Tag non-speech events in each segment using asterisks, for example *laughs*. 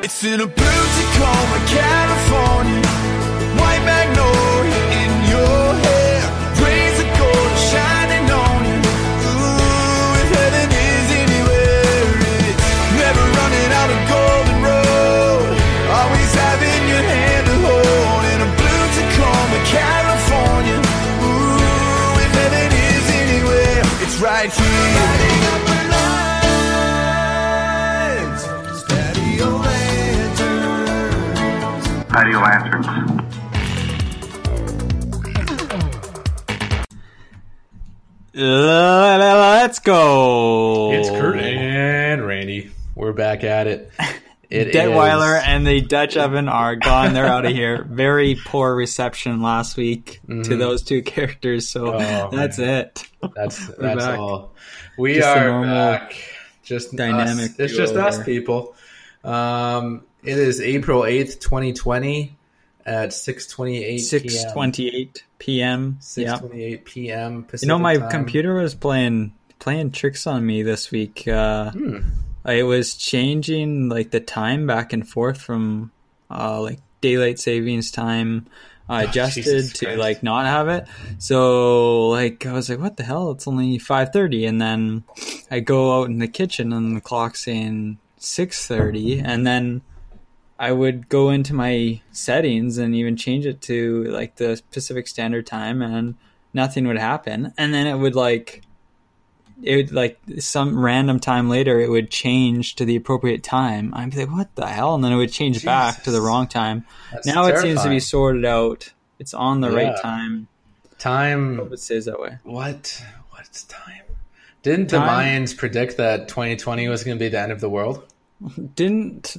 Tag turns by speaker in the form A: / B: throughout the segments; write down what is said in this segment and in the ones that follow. A: It's in a blue Tacoma, California. White magnolia in your hair. Rays of gold are shining on you. Ooh, if heaven is anywhere, it's never running out of golden road. Always having your hand to hold in a blue Tacoma, California. Ooh, if heaven is anywhere, it's right here. Lighting up our lives. Patio lanterns.
B: patio lanterns.
C: Let's go.
D: It's Kurt and Randy. We're back
C: *laughs*
D: at it. It
C: Detweiler
D: is-
C: and the Dutch oven are gone. They're out of here. Very poor reception last week to those two characters. So
D: Mm-hmm. Oh,
C: that's
D: man.
C: it.
D: That's
C: We're
D: that's
C: back.
D: all. We
C: Just a
D: are
C: normal
D: back. Just
C: dynamic
D: dynamic. It's just
C: duo
D: us
C: there.
D: people. Um, it is April eighth, twenty twenty, at six twenty eight.
C: Six twenty-eight p.m.
D: Six
C: Yeah.
D: twenty eight p.m. Pacific
C: You know, my
D: time.
C: computer was playing playing tricks on me this week. Uh,
D: Hmm.
C: It was changing like the time back and forth from uh, like daylight savings time uh, adjusted
D: Oh, Jesus
C: to
D: Christ.
C: like not have it. So like I was like, what the hell? It's only five thirty, and then I go out in the kitchen and the clock's in six thirty, and then I would go into my settings and even change it to like the Pacific Standard Time, and nothing would happen. And then it would like it would like some random time later it would change to the appropriate time. I'd be like, what the hell? And then it would change back to the
D: Jesus.
C: wrong time.
D: That's
C: now it seems to be
D: terrifying.
C: sorted out. It's on the right
D: Yeah.
C: time.
D: time.
C: Hope it stays that way.
D: What? What's time? Didn't the
C: Time-
D: Mayans predict that twenty twenty was going to be the end of the world? *laughs*
C: Didn't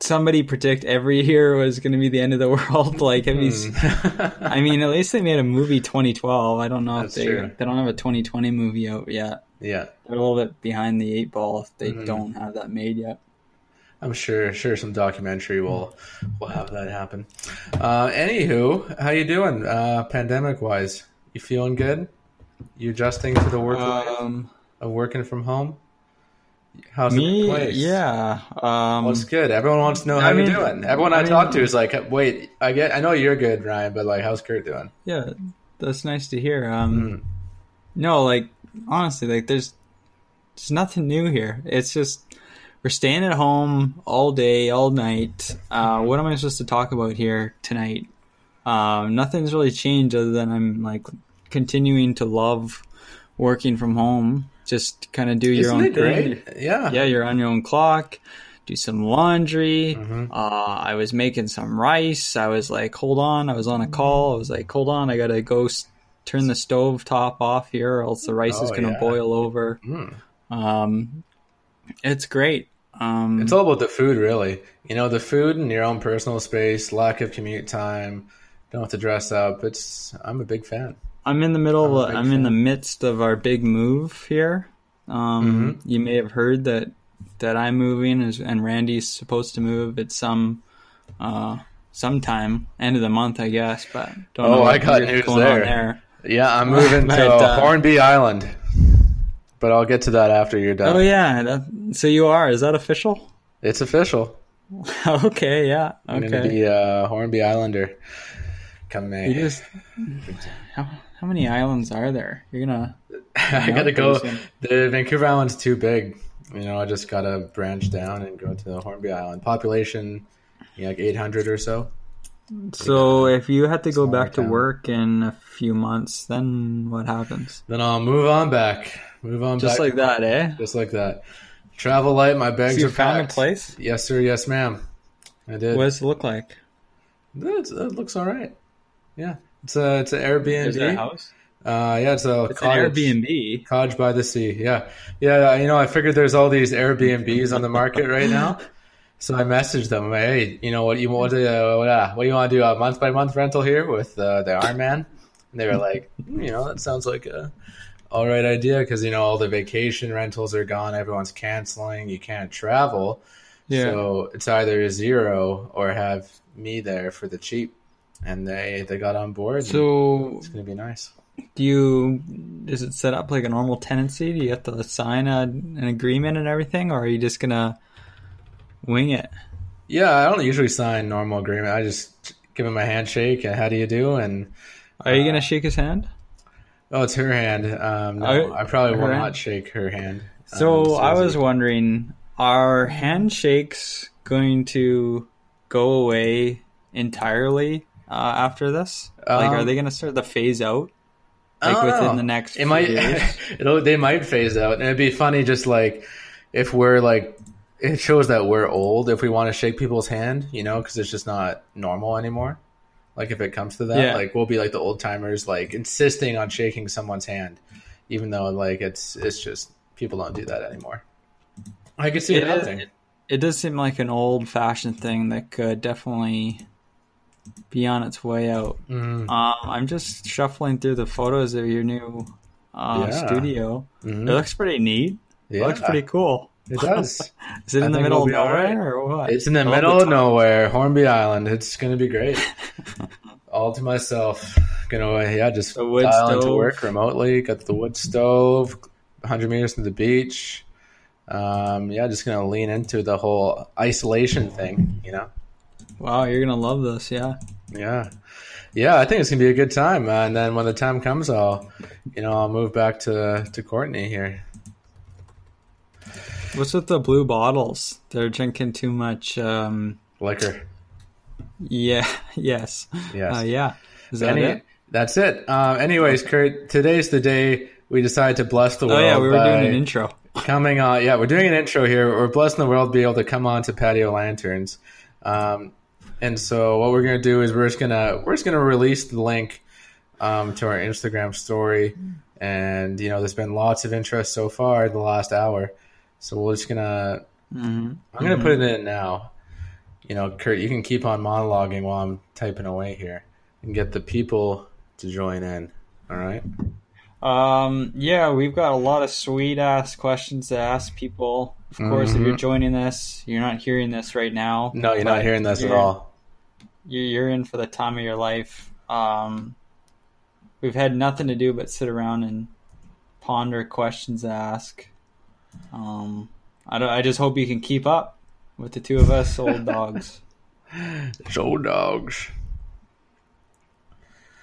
C: somebody predict every year was going to be the end of the *laughs* world? Like, have you?
D: Hmm.
C: s- I mean, at least they made a movie 2012. I don't know
D: That's
C: if they
D: true.
C: they don't have a 2020 movie out yet.
D: Yeah.
C: They're a little bit behind the eight ball if
D: Mm-hmm.
C: they don't have that made yet.
D: I'm sure, sure, some documentary will will have that happen. Uh, anywho, how you doing, uh, pandemic wise? You feeling good? You adjusting to the work life
C: Um,
D: of working from home? How's the
C: me,
D: place?
C: yeah. Um,
D: Well, it's good. Everyone wants to know how
C: I
D: you're
C: mean-
D: doing. Everyone I,
C: I mean-
D: talk to is like, "Wait, I get, I know you're good, Ryan, but like, how's Kurt doing?"
C: yeah that's nice to hear
D: Hmm.
C: um no like honestly like there's there's nothing new here it's just we're staying at home all day all night uh what am i supposed to talk about here tonight um nothing's really changed other than i'm like continuing to love working from home just kind of do your
D: Isn't
C: own
D: it
C: thing
D: great? Yeah,
C: yeah, you're on your own clock. Do some laundry.
D: Mm-hmm.
C: Uh, I was making some rice. I was like, hold on. I was on a call. I was like, hold on. I gotta go s- turn the stove top off here, or else the rice is
D: Oh,
C: gonna
D: yeah. Mm.
C: boil over. Um, it's great. Um,
D: It's all about the food, really. You know, the food and your own personal space, lack of commute time, don't have to dress up. It's I'm a big fan.
C: I'm in the middle.
D: I'm
C: Of,
D: a big
C: I'm in the midst of our big move here. Um, You may have heard that that I'm moving, is- and Randy's supposed to move at some uh, sometime end of the month, I guess. But don't
D: Oh,
C: know
D: I
C: what
D: got
C: year's
D: news
C: going
D: there.
C: On there. *laughs*
D: Yeah, I'm moving
C: But,
D: to
C: uh,
D: Hornby Island, but I'll get to that after you're done.
C: Oh yeah, that, so you are. Is that official? *laughs*
D: It's official.
C: okay, yeah.
D: I'm going to
C: Okay.
D: be a Hornby Islander come May.
C: You just how, how many islands are there? You're gonna
D: *laughs* I got to go.
C: person.
D: The Vancouver Island's too big. You know, I just got to branch down and go to Hornby Island. Population, you know, like 800 or so.
C: so if you had to go
D: Smaller
C: back to
D: town.
C: work in a few months, then what happens?
D: Then I'll move on back. Move on
C: Just
D: back.
C: like that, eh?
D: Just like that. Travel light, my bags
C: So you
D: are
C: found
D: packed.
C: a place?
D: Yes, sir. Yes, ma'am. I did.
C: What does it look like?
D: That's- that looks all right. Yeah, it's a it's an Airbnb.
C: Is it a house?
D: Uh, yeah, it's a
C: It's an
D: cottage.
C: Airbnb.
D: Cottage by the sea. Yeah. Yeah. You know, I figured there's all these Airbnbs on the market
C: *laughs*
D: right now. So I messaged them, hey, you know what you what uh, what, uh, what you want to do a month by month rental here with uh, the Iron Man? And they were like, "Hmm, you know, that sounds like a all right idea because you know all the vacation rentals are gone, everyone's canceling, you can't travel. So it's either zero or have me there for the cheap. And they they got on board. and
C: So,
D: it's gonna be nice.
C: do you is it set up like a normal tenancy? Do you have to sign a, an agreement and everything, or are you just gonna wing it?
D: Yeah, I don't usually sign normal agreement. I just give him a handshake and how do you do? And
C: Are you
D: Uh,
C: gonna shake his hand?
D: oh, it's her hand. Um, no,
C: Oh,
D: I probably
C: her
D: will
C: hand?
D: not shake her hand.
C: So
D: Um,
C: I was
D: it's-
C: wondering, are handshakes going to go away entirely uh, after this? like, are
D: Um,
C: they going to start to phase out?
D: I
C: Like
D: don't
C: within
D: know.
C: the next
D: Oh, It
C: few
D: might.
C: years?
D: *laughs* it'll, they might phase out, and it'd be funny just like if we're like it shows that we're old if we want to shake people's hand, you know, because it's just not normal anymore. Like if it comes to that,
C: Yeah.
D: like we'll be like the old timers, like insisting on shaking someone's hand, even though like it's it's just people don't do that anymore. I could see it
C: It, is-
D: happening.
C: it, it does seem like an old fashioned thing that could definitely be on its way out.
D: Mm,
C: Um, I'm just shuffling through the photos of your new uh,
D: Yeah.
C: studio.
D: mhm.
C: It looks pretty neat.
D: Yeah,
C: It looks pretty cool.
D: It does.
C: *laughs* Is it
D: I
C: in the
D: think
C: middle of
D: we'll be all
C: nowhere
D: right.
C: or what?
D: It's in the
C: I love
D: middle
C: the
D: of
C: top-
D: nowhere, Hornby Island. It's gonna be
C: *laughs*
D: great. All to myself. Gonna yeah, just
C: The wood
D: dial into
C: stove.
D: work remotely. Got the wood stove, 100 meters from the beach. Um, yeah, just gonna lean into the whole isolation thing. You know.
C: Wow, you're gonna love this, yeah.
D: Yeah, yeah. I think it's gonna be a good time. Uh, and then when the time comes, I'll you know I'll move back to to Courtney here.
C: What's with the blue bottles? They're drinking too much. Um,
D: Liquor.
C: yeah, *laughs* yes,
D: Yes.
C: uh, yeah. Is that
D: Any-
C: it?
D: That's it. Um, anyways, Kurt, today's the day we decided to bless the
C: Oh
D: world.
C: yeah, we were
D: by
C: doing an intro.
D: coming on. Yeah, we're doing an intro here. We're blessing the world to be able to come on to Patio Lanterns. Um, and so what we're gonna do is we're just gonna we're just gonna release the link um, to our Instagram story. And you know, there's been lots of interest so far the last hour. So we're just gonna
C: hmm
D: I'm gonna put it in now. You know, Kurt, you can keep on monologuing while I'm typing away here and get the people to join in. All right.
C: Um, yeah, we've got a lot of sweet ass questions to ask people. Of course, if you're joining this, you're not hearing this right now.
D: Mm-hmm. No, you're not
C: but
D: hearing this at
C: you're-
D: all.
C: You're, you're in for the time of your life. Um, we've had nothing to do but sit around and ponder questions to ask. Um, I don't, I just hope you can keep up with the two of us old *laughs* dogs.
D: Show dogs.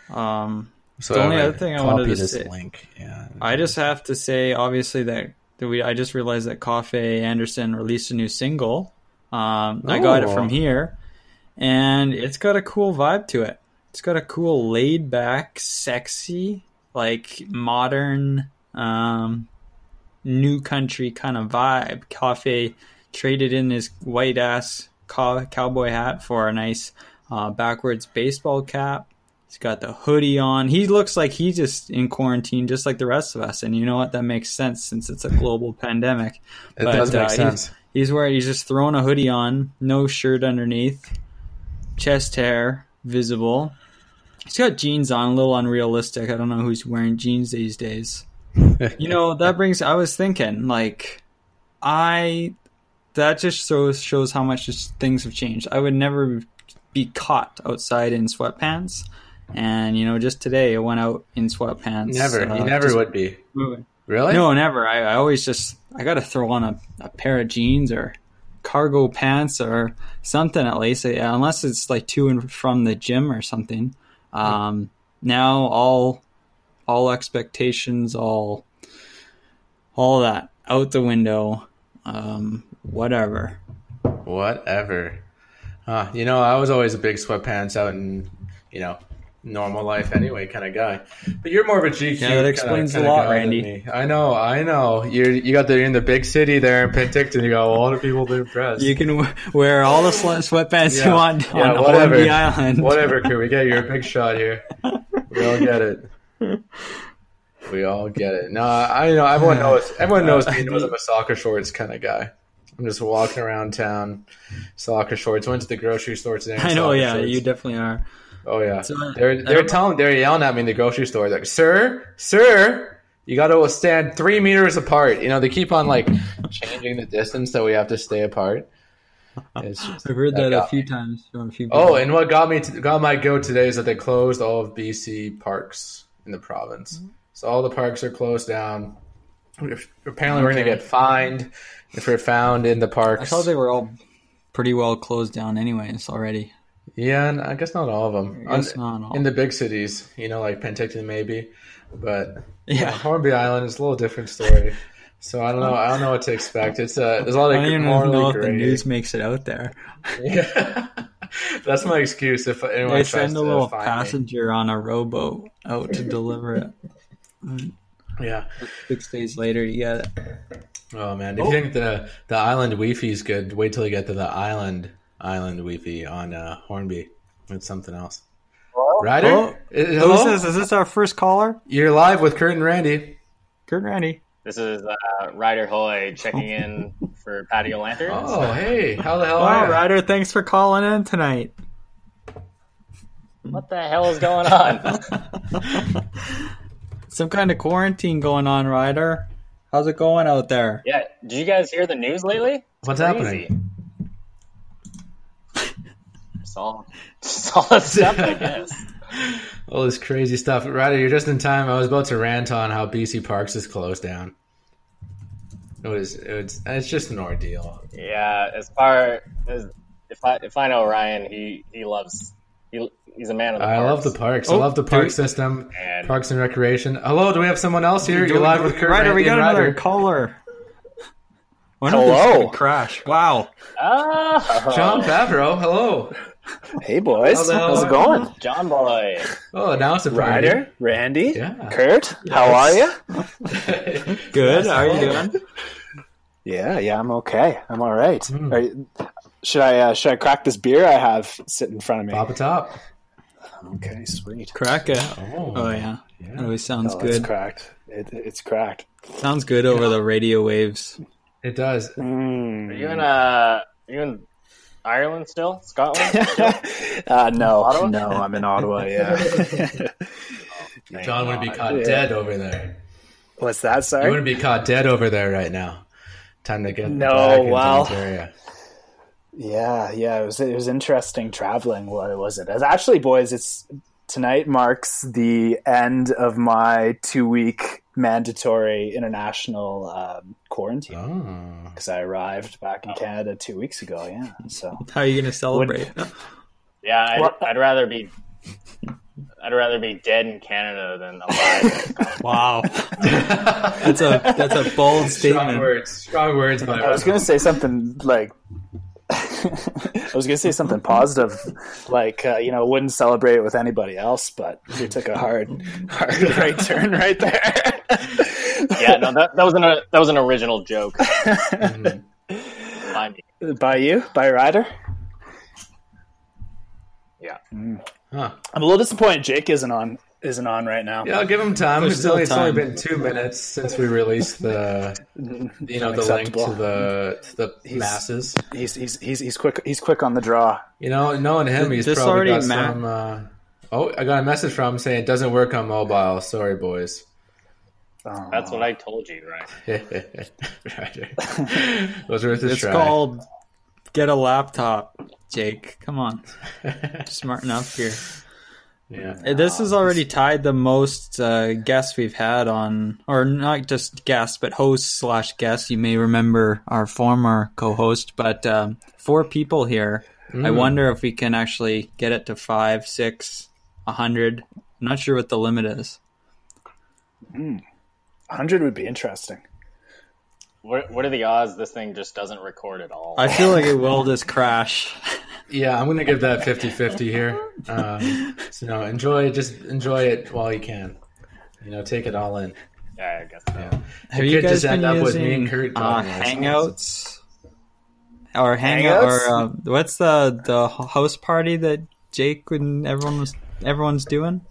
C: Um,
D: So
C: The only
D: I
C: other thing I
D: copy
C: wanted to
D: this
C: say-
D: link. Yeah.
C: I just have to say, obviously, that, that we I just realized that Coffee Anderson released a new single. Um, I got it
D: Oh.
C: from here, and it's got a cool vibe to it. It's got a cool laid back, sexy, like modern, um, new country kind of vibe. Coffee traded in his white ass cow- cowboy hat for a nice uh, backwards baseball cap. He's got the hoodie on. He looks like he's just in quarantine, just like the rest of us. And you know what? That makes sense since it's a global pandemic. uh,
D: It does make sense.
C: He's, he's wearing. He's just throwing a hoodie on, no shirt underneath, chest hair visible. He's got jeans on, a little unrealistic. I don't know who's wearing jeans these days. you know that brings. I was thinking like, I that just shows shows how much just things have changed. I would never be caught outside in sweatpants, and you know, just today I went out in sweatpants.
D: never.
C: uh,
D: you never
C: just
D: would be.
C: moving.
D: Really?
C: No, never. I, I always just I got to throw on a, a pair of jeans or cargo pants or something at least, yeah, unless it's like to and from the gym or something. Um, now all all expectations, all all that out the window. Um, whatever.
D: Whatever. Huh. You know, I was always a big sweatpants out in, you know, normal life anyway kind of guy. But you're more of a GQ.
C: Yeah, that
D: kinda-
C: explains a
D: kinda
C: lot,
D: guy than
C: Randy.
D: me. I know. I know. You're you got the you're in the big city there in Penticton. You got a lot of people to impress.
C: You can w- wear all the sl- sweatpants you want on Hornby Island.
D: Whatever, Kurt. We get you a big shot here. We all get it. We all get it. No, I you know everyone knows. Everyone knows
C: Uh,
D: me knows I'm a soccer shorts kind of guy. I'm just walking around town, soccer shorts. Went to the grocery store today.
C: *laughs*
D: in
C: I know,
D: soccer
C: yeah,
D: shorts.
C: you definitely are.
D: oh yeah,
C: So, uh, I
D: they're
C: don't
D: they're
C: know.
D: telling they're yelling at me in the grocery store. Like, sir, sir, you got to stand three meters apart. You know, they keep on like changing the distance that we have to stay apart. It's just-
C: I've heard that, a
D: got
C: few
D: me.
C: times from a few people.
D: Oh, and what got me to, got my goat today is that they closed all of BC parks in the province.
C: Mm-hmm.
D: So all the parks are closed down. Apparently, we're going to get fined if we're found in the
C: I
D: parks.
C: saw they were all pretty well closed down, anyways, already.
D: yeah, and I guess not all of them.
C: I guess not all.
D: In the big cities, you know, like Penticton, maybe, but
C: *laughs* Yeah.
D: *laughs* Hornby Island is a little different story. So I don't know. I don't know what to expect. It's uh, there's a lot
C: I
D: of
C: don't even
D: morally
C: know if the
D: gray-
C: news makes it out there.
D: Yeah. *laughs* That's my excuse if anyone
C: They
D: tries
C: send
D: to
C: a little
D: find me.
C: passenger on a rowboat out
D: *laughs*
C: to deliver it.
D: Yeah.
C: Six days later, you get it.
D: Oh man, if you think the the island wi-fi is good, wait till you get to the island island wi-fi on uh, Hornby. It's something else. Ryder,
C: Oh.
D: I- I-
C: Who's
D: hello?
C: this? Is this our first caller?
D: you're live with Kurt and Randy.
C: Kurt Randy.
E: This is uh, Ryder Hoy checking *laughs* in for Patio Lanterns.
D: Oh hey, how the hell
C: Wow,
D: are you?
C: Ryder, thanks for calling in tonight.
D: *laughs*
E: What the hell is going on?
C: Some kind of quarantine going on, Ryder. How's it going out there?
E: *laughs* yeah, do you guys hear the news lately? It's
D: What's happening?
E: It's all, it's all this stuff, I guess.
D: All this crazy stuff, Ryder. You're just in time. I was about to rant on how BC Parks is closed down. It was it's it's just an ordeal.
E: Yeah, as far as if I if I know Ryan, he he loves he, he's a man of the
D: I love
E: arts.
D: the parks.
C: Oh,
D: I love the
C: do
D: park
C: we-
D: system,
E: And-
D: parks and recreation. Hello, do we have someone else here? You're live with Kurt.
C: Ryder, we
D: Randy,
C: got
D: and
C: another
D: Ryder.
C: caller. One of
F: Hello.
C: them's gonna crash. Wow.
E: Ah,
D: John Favreau, hello.
F: Hey boys,
D: How the hell
F: how's
D: are
F: it going?
E: John boy.
D: Oh, now it's a party.
F: Ryder, Randy,
D: Yeah.
F: Kurt, how are you?
C: Good. How are you doing?
F: Yeah, yeah, I'm okay. I'm all right.
D: Hmm.
F: Are you- should I uh, should I crack this beer I have sitting in front of
D: *laughs*
F: me?
D: Pop a top.
F: Okay, sweet.
C: Crack it.
D: Oh,
C: Oh yeah. That always sounds
F: Oh,
C: good.
F: It's cracked. It, it's cracked.
C: Sounds good over the radio waves.
D: It does.
C: Oh
F: Mm.
E: Are you in uh are you in Ireland still? Scotland?
F: Hmm. *laughs* uh, no, no, I'm in Ottawa.
D: *laughs*
F: Yeah. *laughs*
D: John wouldn't be caught
F: Yeah.
D: dead over there.
F: What's that?
D: You
F: Sorry.
D: wouldn't be caught dead over there right now. Time to get
F: No,
D: back into
F: wow.
D: Ontario.
F: Yeah, yeah. It was it was interesting traveling. What was it? As actually, boys, it's tonight marks the end of my two week mandatory international um, quarantine.
D: Oh.
F: because I arrived back in Canada two weeks ago. Yeah, so
C: How are you gonna celebrate?
E: yeah,
F: Well-
E: I'd, I'd rather be I'd rather be dead in Canada than alive. *laughs*
C: wow. *laughs* that's a that's a bold
D: Strong
C: statement.
D: words. Strong words, by
F: I was gonna say something like *laughs* I was gonna say something positive, like uh, you know, wouldn't celebrate it with anybody else, but you took a hard, *laughs* hard right turn right there. *laughs*
E: yeah, no, that, that was an that was an original joke. By me.
F: by you, by Ryder.
E: Yeah.
D: Huh.
F: I'm a little disappointed Jake isn't on isn't on right now.
D: Yeah, I'll give him time.
C: There's
D: It's, only,
C: still
D: it's only
C: time.
D: been two minutes since we
C: *laughs*
D: released the you know the link to
F: Unacceptable.
D: the to the masses.
F: He's, he's he's he's quick he's quick on the draw.
D: You know, knowing him, he's
C: This
D: probably
C: already
D: got
C: ma-
D: some. Uh, oh, I got a message from him saying it doesn't work on mobile. Sorry, boys.
F: Oh.
E: That's what I told you, right?
D: *laughs* Ryder. Was worth a
C: It's
D: try.
C: called get a laptop, Jake. Come on. Smarten up here.
D: Yeah.
C: Uh, This
D: Um,
C: has already tied the most uh, guests we've had on, or not just guests, but hosts slash guests. You may remember our former co-host, but um, four people here. I
D: Mm.
C: wonder if we can actually get it to five, six, a hundred. I'm not sure what the limit is.
F: 100 would be interesting.
E: What, what are the odds this thing just doesn't record at all?
C: I feel like it will just crash.
D: Yeah, I'm going to give that 50-50 here. Um, so no, enjoy just enjoy it while you can. You know, take it all in.
E: yeah, I guess so.
C: Have
D: It
C: you
D: could
C: guys
D: just
C: been
D: end up
C: using
D: with me and Kurt
C: uh,
D: talking about
C: Hangouts or Hangout
F: Hangouts?
C: or uh, what's the the house party that Jake and everyone was everyone's doing?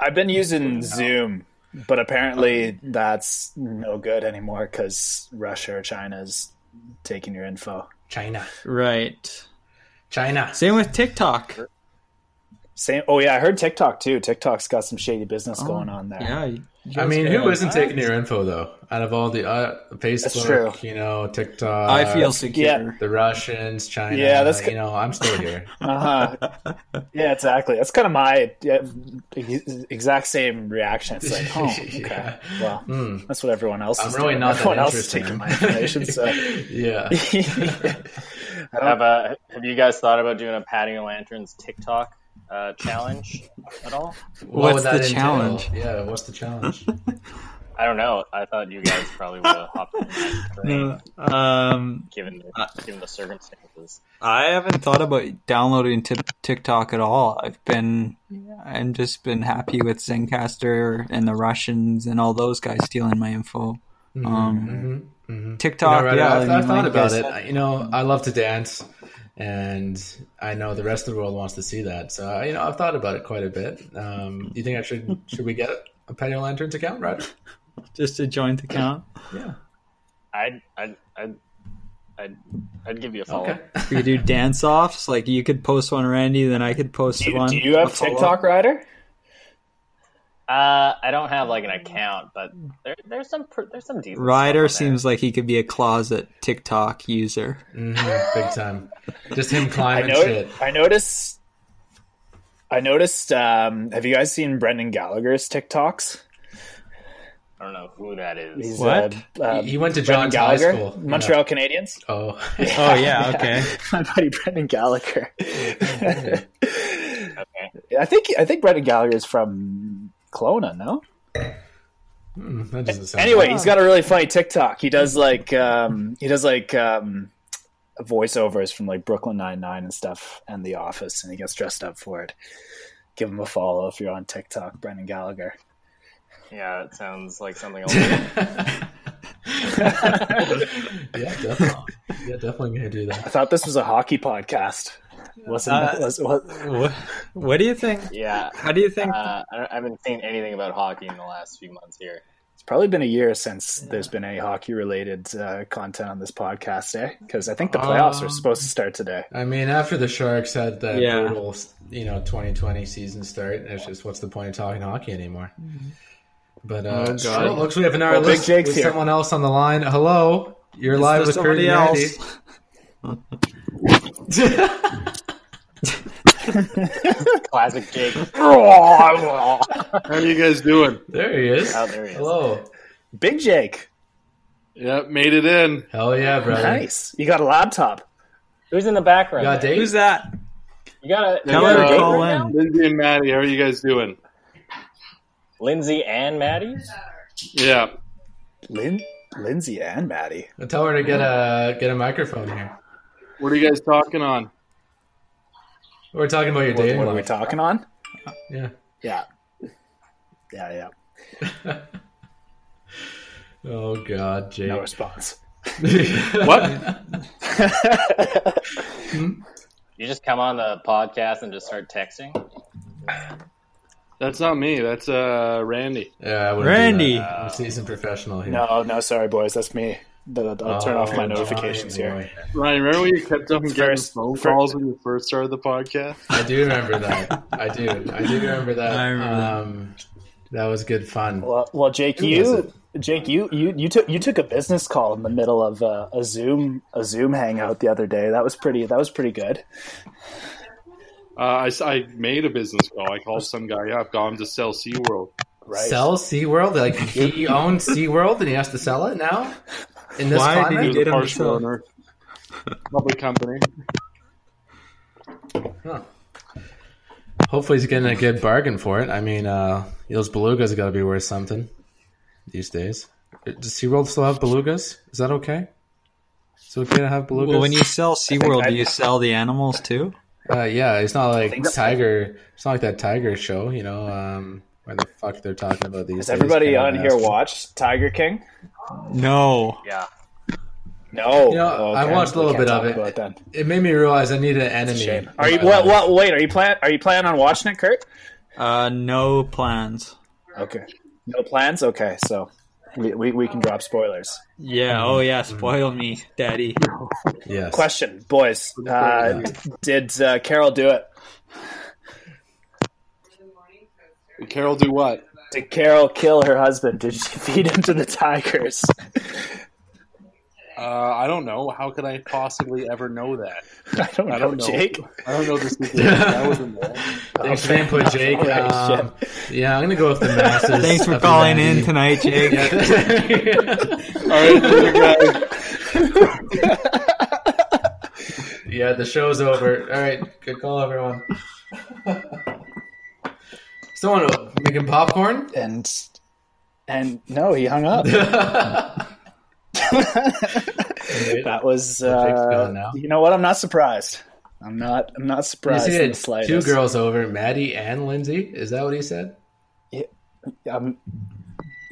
F: I've been using Zoom, but apparently that's no good anymore because Russia or China's taking your info.
D: China.
C: Right.
D: China.
C: Same with TikTok.
F: Same. Oh yeah, I heard TikTok too. TikTok's got some shady business going on there.
C: Yeah. you- you
D: Oh, I mean,
C: guys
D: who
C: got-
D: isn't taking your info though? Out of all the uh,
F: true.
D: Facebook, you know, TikTok,
C: I feel secure.
F: yeah.
D: the Russians, China.
F: Yeah, that's
D: you know, I'm still
F: *laughs*
D: here.
F: Uh-huh.
D: *laughs*
F: yeah, exactly. That's kind of my yeah, exact same reaction. It's like, oh, okay.
D: *laughs* Yeah. Hmm.
F: Well, that's what everyone else.
D: I'm
F: is
D: really
F: doing.
D: not
F: Everyone
D: that
F: else is
D: interested.
F: taking my information. So,
D: *laughs* yeah.
F: *laughs*
E: Have uh, have you guys thought about doing a patio lanterns TikTok uh, challenge at all?
C: What's
D: What would that
C: the
D: entail?
C: challenge?
D: Yeah, what's the challenge?
E: I don't know. I thought you guys probably would have hopped on that train,
C: Um,
E: given the, given the circumstances.
C: I haven't thought about downloading t- TikTok at all. I've been, I'm just been happy with Zencaster and the Russians and all those guys stealing my info. Um, TikTok,
D: You know, right,
C: yeah,
D: I've,
C: I mean,
D: I've
C: like
D: thought
C: you
D: about
C: guys
D: it.
C: said-
D: I- You know, I love to dance, and I know the rest of the world wants to see that. So, I- you know, I've thought about it quite a bit. Um, do you think I should should we get a Patio Lanterns account, Roger?
C: Just a joint account.
D: Yeah.
E: I'd I'd I'd I'd, I'd give you a follow.
D: Okay.
C: We could do dance offs. Like you could post one, Randy, then I could post
F: do you,
C: one.
F: do you
C: a
F: have
C: follow-up.
F: TikTok, Ryder?
E: Uh, I don't have like an account, but there, there's some pr- there's some decent.
C: Ryder
E: stuff on there.
C: seems like he could be a closet TikTok user.
D: Mhm, big time. Just him
F: I
D: climbing
F: know.
D: shit.
F: I noticed. I noticed. Um, have you guys seen Brendan Gallagher's TikToks?
E: I don't know who that is.
F: He's,
C: What?
F: Uh, uh,
D: He went to
F: Brendan
D: John's
F: Gallagher,
D: high school.
F: Montreal Canadiens.
D: Yeah. Oh, *laughs*
C: Oh yeah, okay.
F: *laughs* My buddy Brendan *laughs* Gallagher.
E: Okay.
F: I think. I think Brendan Gallagher is from Kelowna. No.
D: that doesn't sound
F: Anyway, he's got a really funny TikTok. He does like um, he does like um, voiceovers from like Brooklyn Nine Nine and stuff, and The Office, and he gets dressed up for it. Give him a follow if you're on TikTok, Brendan Gallagher.
E: Yeah, it sounds like
C: *laughs*
E: something else.
D: Yeah, definitely. Yeah, definitely gonna do that.
F: I thought this was a hockey podcast. Wasn't
C: Uh,
F: was, was-
C: What, what do you think?
E: yeah.
C: How do you think?
E: Uh, I, don't- I haven't seen anything about hockey in the last few months here.
F: it's probably been a year since there's been any hockey related uh, content on this podcast, eh? Because I think the playoffs are
D: Um,
F: supposed to start today.
D: I mean, after the Sharks had that
C: Yeah.
D: brutal, you know, 2020 season start, it's just what's the point of talking hockey anymore? But uh,
C: Oh, God.
D: it looks we have an hour
F: Well, Big
D: list
F: Jake's
D: with
F: here.
D: someone else on the line. Hello, you're live
C: Is
D: with
C: there
D: Kurt
C: somebody
D: and Andy.
C: else?
E: Classic Jake.
G: How are you guys doing?
D: There he is.
E: Oh, there he is.
D: Hello.
F: Big Jake,
G: Yep, made it in.
D: Hell yeah, brother.
F: nice. You got a laptop.
E: Who's in the background?
D: You got Dave?
C: Who's that?
E: You got a,
C: Tell
E: you
C: her
E: got
C: to
E: a
C: call
E: right
C: in.
E: now?
G: Lindsay and Maddie, how are you guys doing?
E: Lindsay and Maddie.
G: Yeah.
F: Lin- Lindsay and Maddie.
D: Tell her to get a get a microphone here.
G: What are you guys talking on?
D: We're talking about your
F: What,
D: dating
F: what are we
D: life.
F: talking on?
D: yeah.
F: Yeah. Yeah, yeah.
D: Oh God, Jake. *laughs*
F: No response.
G: What?
E: You just come on the podcast and just start texting.
G: That's not me. That's uh Randy.
D: yeah, I wouldn't do
C: Randy.
D: that. I'm a seasoned professional here.
F: *laughs* No, no, sorry, boys. That's me. But I'll, I'll turn off my
D: Oh,
F: notifications
D: boy.
F: here.
G: Ryan, remember when you kept on getting
F: First-
G: phone
F: first-
G: calls when you first started the podcast?
D: I do remember that. I do. I do remember that.
C: I remember that.
D: um, that. was good fun.
F: Well, well, Jake,
D: was
F: you, Jake, you, you, you took you took a business call in the middle of a, a Zoom a Zoom hangout the other day. That was pretty. That was pretty good.
G: Uh, I, s- I made a business call. I called some guy up, got him to sell SeaWorld.
F: Right.
D: Sell SeaWorld? Like
F: *laughs*
D: he owns SeaWorld and he has to sell it now? In this
C: Why did
D: climate?
G: He
C: He
G: was
C: did
G: a
C: him
G: partial
C: sell-
G: owner. Public company.
D: Huh. Hopefully he's getting a good bargain for it. I mean, uh, those belugas got to be worth something these days. Uh, Does SeaWorld still have belugas? Is that okay? Is it okay to have belugas?
C: Well, when you sell SeaWorld,
F: I-
C: do you sell the animals too?
D: Uh, yeah, it's not like tiger. It's not like that tiger show, you know. Um, where the fuck they're talking about these?
F: Has
D: days,
F: everybody
D: Kyle
F: on
D: Bass.
F: here watched Tiger King?
C: No.
E: Yeah.
F: No.
D: You know, I watched a
F: We
D: little
F: can't
D: bit of
F: talk
D: it.
F: about then.
D: It made me realize I need an enemy.
F: Shame. Are you? Well, well, wait. Are you plan? Are you planning on watching it, Kurt?
C: Uh, no plans.
F: Okay. No plans? Okay, so we, we, we can drop spoilers.
C: Yeah. Oh yeah. Spoil me, Daddy.
D: Yes. *laughs*
F: Question, boys. Uh, d- did uh, Carol do it?
G: Carol, do what?
F: Did Carol kill her husband? Did she *laughs* feed him to
D: *laughs*
F: the tigers?
G: Uh, I don't know. How could I possibly ever know that?
F: I don't know,
G: I don't know.
F: Jake.
G: I don't know this.
F: *laughs*
G: I wasn't there.
D: Thanks for the input, Jake.
F: Holy
D: Um, yeah, I'm gonna go with the masses.
C: Thanks for
D: of
C: calling in
D: humanity.
C: tonight, *laughs* Jake.
G: All right, then, guys.
D: *laughs* yeah, the show's over. All right, good call, everyone. *laughs* Someone making *laughs* popcorn.
F: And and no, he
D: *laughs*
F: hung up. *laughs* that was uh,
D: gone now.
F: you know what? I'm not surprised. I'm not. I'm not
D: You
F: surprised.
D: see,
F: in the
D: it's two
F: slightest.
D: girls over, Maddie and Lindsay. Is that what he said?
F: Um,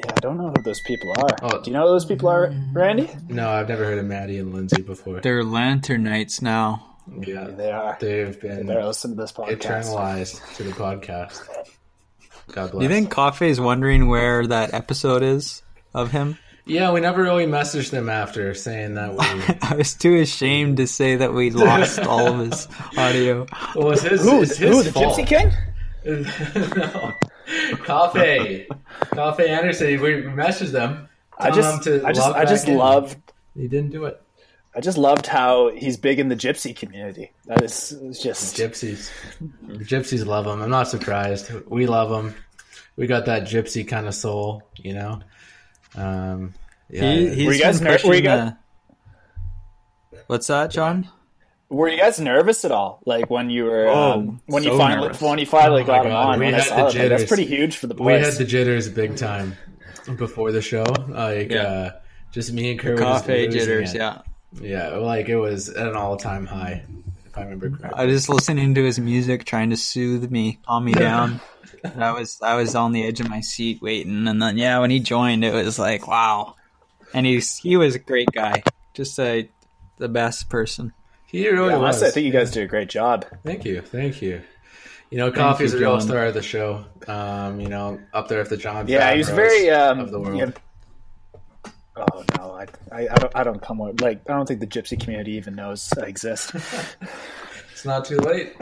F: yeah, I don't know who those people are.
D: Oh.
F: Do you know who those people are, Randy?
D: No, I've never heard of Maddie and Lindsay before.
C: They're lantern nights now.
D: yeah,
F: They are.
D: they've been
F: They're listening to this podcast.
D: eternalized to the podcast. God bless.
C: Do you think Coffee is wondering where that episode is of him? *laughs*
D: Yeah, we never really messaged them after saying *laughs* that we.
C: I was too ashamed to say that we lost all of *laughs* his audio.
D: Well, it's his,
F: Who?
D: it's
F: Who?
D: his
F: the
D: fault.
F: Gypsy King?
D: *laughs* no. Coffee. Coffee Anderson. We messaged them.
F: I
D: telling
F: just,
D: them to
F: I just,
D: log
F: I just
D: back in.
F: loved,
D: He didn't do it.
F: I just loved how he's big in the gypsy community. That is is just,
D: Gypsies. The gypsies love him. I'm not surprised. We love him. We got that gypsy kind of soul, you know. Um, yeah.
C: He, he's
F: Were you guys
C: been
F: ner- were
C: pushing
F: you guys-
C: the- What's that, John?
F: Were you guys nervous at all? Like when you were,
C: Oh,
F: um, when you
C: so
F: finally,
C: nervous.
F: when you finally
D: Oh my
F: got him
D: God,
F: on?
D: we
F: When I
D: had
F: saw
D: the
F: it, like, that's
D: jitters.
F: pretty huge for the
D: we had
F: place.
D: the jitters big time before the show. Like
C: Yeah.
D: uh, just me and Kurt. were just
C: Coffee
D: losing
C: jitters.
D: it.
C: Yeah.
D: yeah. Like it was at an all time high, if I remember correctly.
C: I was listening to his music, trying to soothe me, calm me
F: *laughs*
C: down. And I was I was on the edge of my seat waiting, and then yeah, when he joined, it was like wow. And he's he was a great guy, just a the best person.
D: He really
F: Yeah,
D: was.
F: honestly, I think you guys did a great job.
D: Thank you, thank you. You know, Coffee's
C: you,
D: a real
C: John.
D: star of the show. Um, you know, up there with the John.
F: Yeah, he was
D: Favreaus
F: very um,
D: of the world.
F: yeah. Oh no, I, I, I don't, I don't come with- like, I don't think the gypsy community even knows I exist.
D: It's not too late.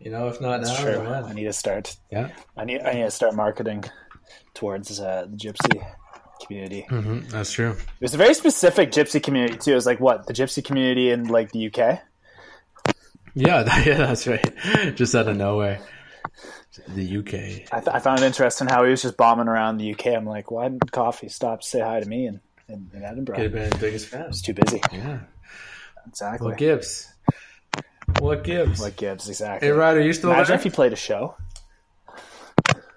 D: You know, if not
F: *laughs* That's
D: now,
F: true.
D: then
F: I
D: when?
F: need to start.
D: Yeah,
F: I need. I need to start marketing towards uh, the gypsy community. It
D: hmm that's true.
F: was a very specific gypsy community too. It was like what the gypsy community in like the UK.
D: Yeah, *laughs* yeah, that's right. Just out of nowhere, the UK.
F: I, th- I found it interesting how he was just bombing around the UK. I'm like, why didn't Coffee stop to say hi to me in, in, in Edinburgh?
D: Could have
F: It's
D: been the biggest fan.
F: too busy.
D: Yeah.
F: Exactly.
D: What gives? What gives?
F: Like Gibbs, exactly.
D: hey, Ryder, you still
F: Imagine
D: there?
F: if he played a show.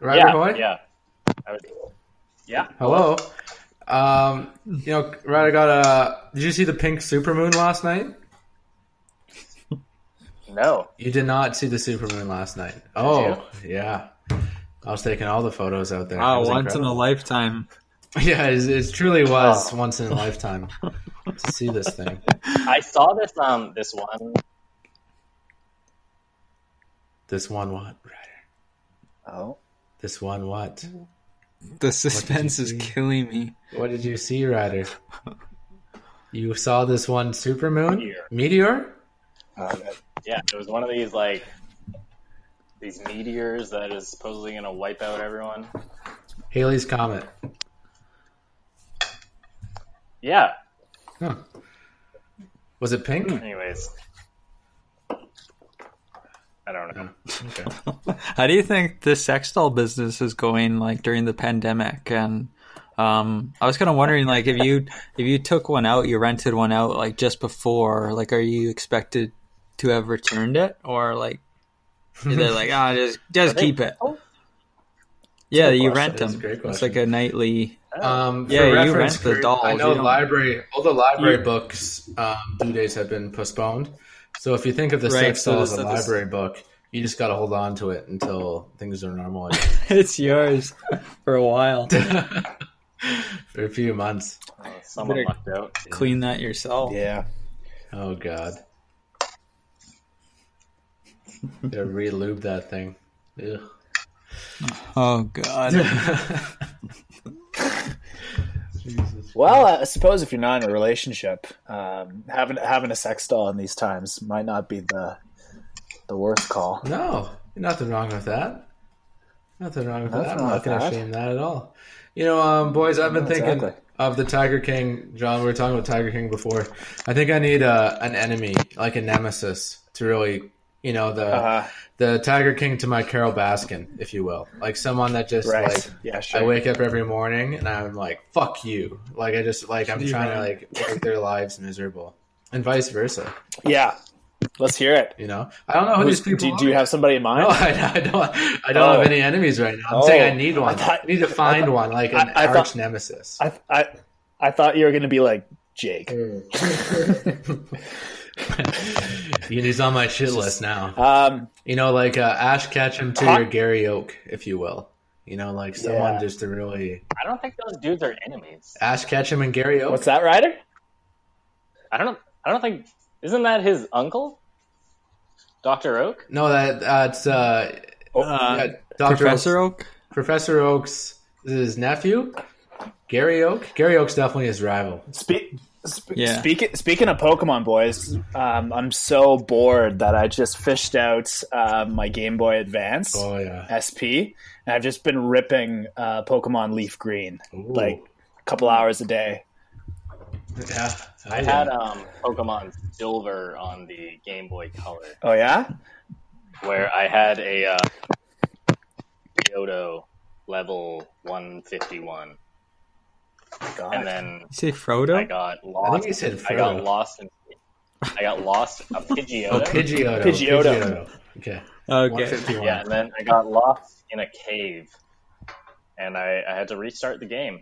D: Ryder
E: Yeah,
D: Hoy?
E: yeah. I was- yeah.
D: Hello. Um, you know, Ryder got a. Did you see the pink supermoon last night?
E: No.
D: You did not see the supermoon last night. Oh, yeah. I was taking all the photos out there. It
C: Wow,
D: was
C: Ah, once in a Oh.
D: incredible. *laughs*
C: lifetime.
D: Yeah, it, it truly was once in a lifetime to see this thing.
E: I saw this um this one
D: This one what, Ryder?
F: Oh,
D: This one what?
C: The suspense is
D: see?
C: killing me.
D: What did you see, Ryder? You saw this one supermoon?
E: Meteor.
D: Meteor?
E: uh, Yeah, it was one of these like these meteors that is supposedly going to wipe out everyone.
D: Haley's Comet.
E: Yeah.
D: Huh. Was it pink?
E: Anyways, I don't
C: Hmm.
D: Oh.
E: know.
D: Okay.
C: How do you think the sex doll business is going like during the pandemic? And um, I was kind of wondering, like, if you if you took one out, you rented one out, like just before, like, are you expected to have returned it, or like they're like, ah, just just keep it? Yeah, you rent
D: That's a
C: them.
D: great
C: It's
D: question.
C: like a nightly. *laughs*
D: Um, for
C: Yeah, you
D: reference,
C: rent the
D: Kurt,
C: dolls,
D: I know
C: you don't-
D: library. All the library books um, due dates have been postponed. So if you think of the
C: Right,
D: sex
C: so
D: doll as
C: this-
D: a
C: this-
D: library book, you just got to hold on to it until things are normal again
C: It's yours for a while. *laughs*
D: *laughs* for a few months.
E: Uh, Someone
C: Better-
E: lucked out.
C: Clean that yourself.
F: yeah.
D: Oh God, they re-lubed that thing. Ugh.
C: Oh god.
F: Well, I suppose if you're not in a relationship, um, having having a sex doll in these times might not be the the worst call.
D: No, nothing wrong with that. Nothing wrong with
F: Nothing
D: that. I'm
F: wrong
D: not
F: with
D: going to
F: that.
D: shame that at all. You know, um, boys, I've been
F: No,
D: thinking
F: exactly.
D: of the Tiger King. John, we were talking about Tiger King before. I think I need uh, an enemy, like a nemesis, to really, you know, the
F: Uh,
E: Uh-huh.
D: the Tiger King to my Carol Baskin, if you will, like someone that just
F: Right.
D: like
F: yeah,
D: I
F: sure.
D: wake up every morning and I'm like, "Fuck you!" Like I just like I'm trying to like make their lives miserable, and vice versa.
F: Yeah. Let's hear it.
D: You know, I don't know who
F: Who's-
D: these people.
F: do,
D: are.
F: do you have somebody
D: *laughs*
F: in mind?
D: No, Oh, I, I don't. I don't
F: Oh.
D: have any enemies right now. I'm
F: Oh.
D: saying I need one. I,
F: I thought-
D: need to find one, like an
F: I- I
D: arch
F: thought-
D: nemesis. *laughs*
F: I, I I thought you were going to be like Jake.
D: He's on my shit list now.
F: Um,
D: You know, like uh, Ash Ketchum to
F: Huh?
D: your Gary Oak, if you will. You know, like someone
F: Yeah.
D: just to really
E: I don't think those dudes are enemies.
D: Ash Ketchum and Gary Oak.
F: what's that, Ryder?
E: I don't. I don't think. Isn't that his uncle, Doctor Oak?
D: No, that that's uh,
C: Uh,
D: yeah, Dr.
C: Professor
D: Oak's,
C: Oak.
D: Professor Oak's his nephew, Gary Oak. Gary Oak's definitely his rival.
F: Spe- sp-
C: Yeah.
F: speak- speaking of Pokemon, boys, um, I'm so bored that I just fished out uh, my Game Boy Advance
D: Oh yeah,
F: SP, and I've just been ripping uh, Pokemon Leaf Green
D: Ooh.
F: like a couple hours a day.
D: yeah.
E: I had um, Pokemon Silver on the Game Boy Color,
F: Oh yeah,
E: where I had a uh, Yodo level 151,
F: God.
E: and then
C: You say
E: I
C: Frodo?
E: got lost.
D: I think you said
E: I got
D: Frodo.
E: lost. In, I got lost.
D: *laughs*
E: A Pidgeotto.
D: Oh, Pidgeotto.
F: Pidgeotto.
D: Okay.
C: Okay.
D: 151.
E: Yeah, and then I got lost in a cave, and I, I had to restart the game.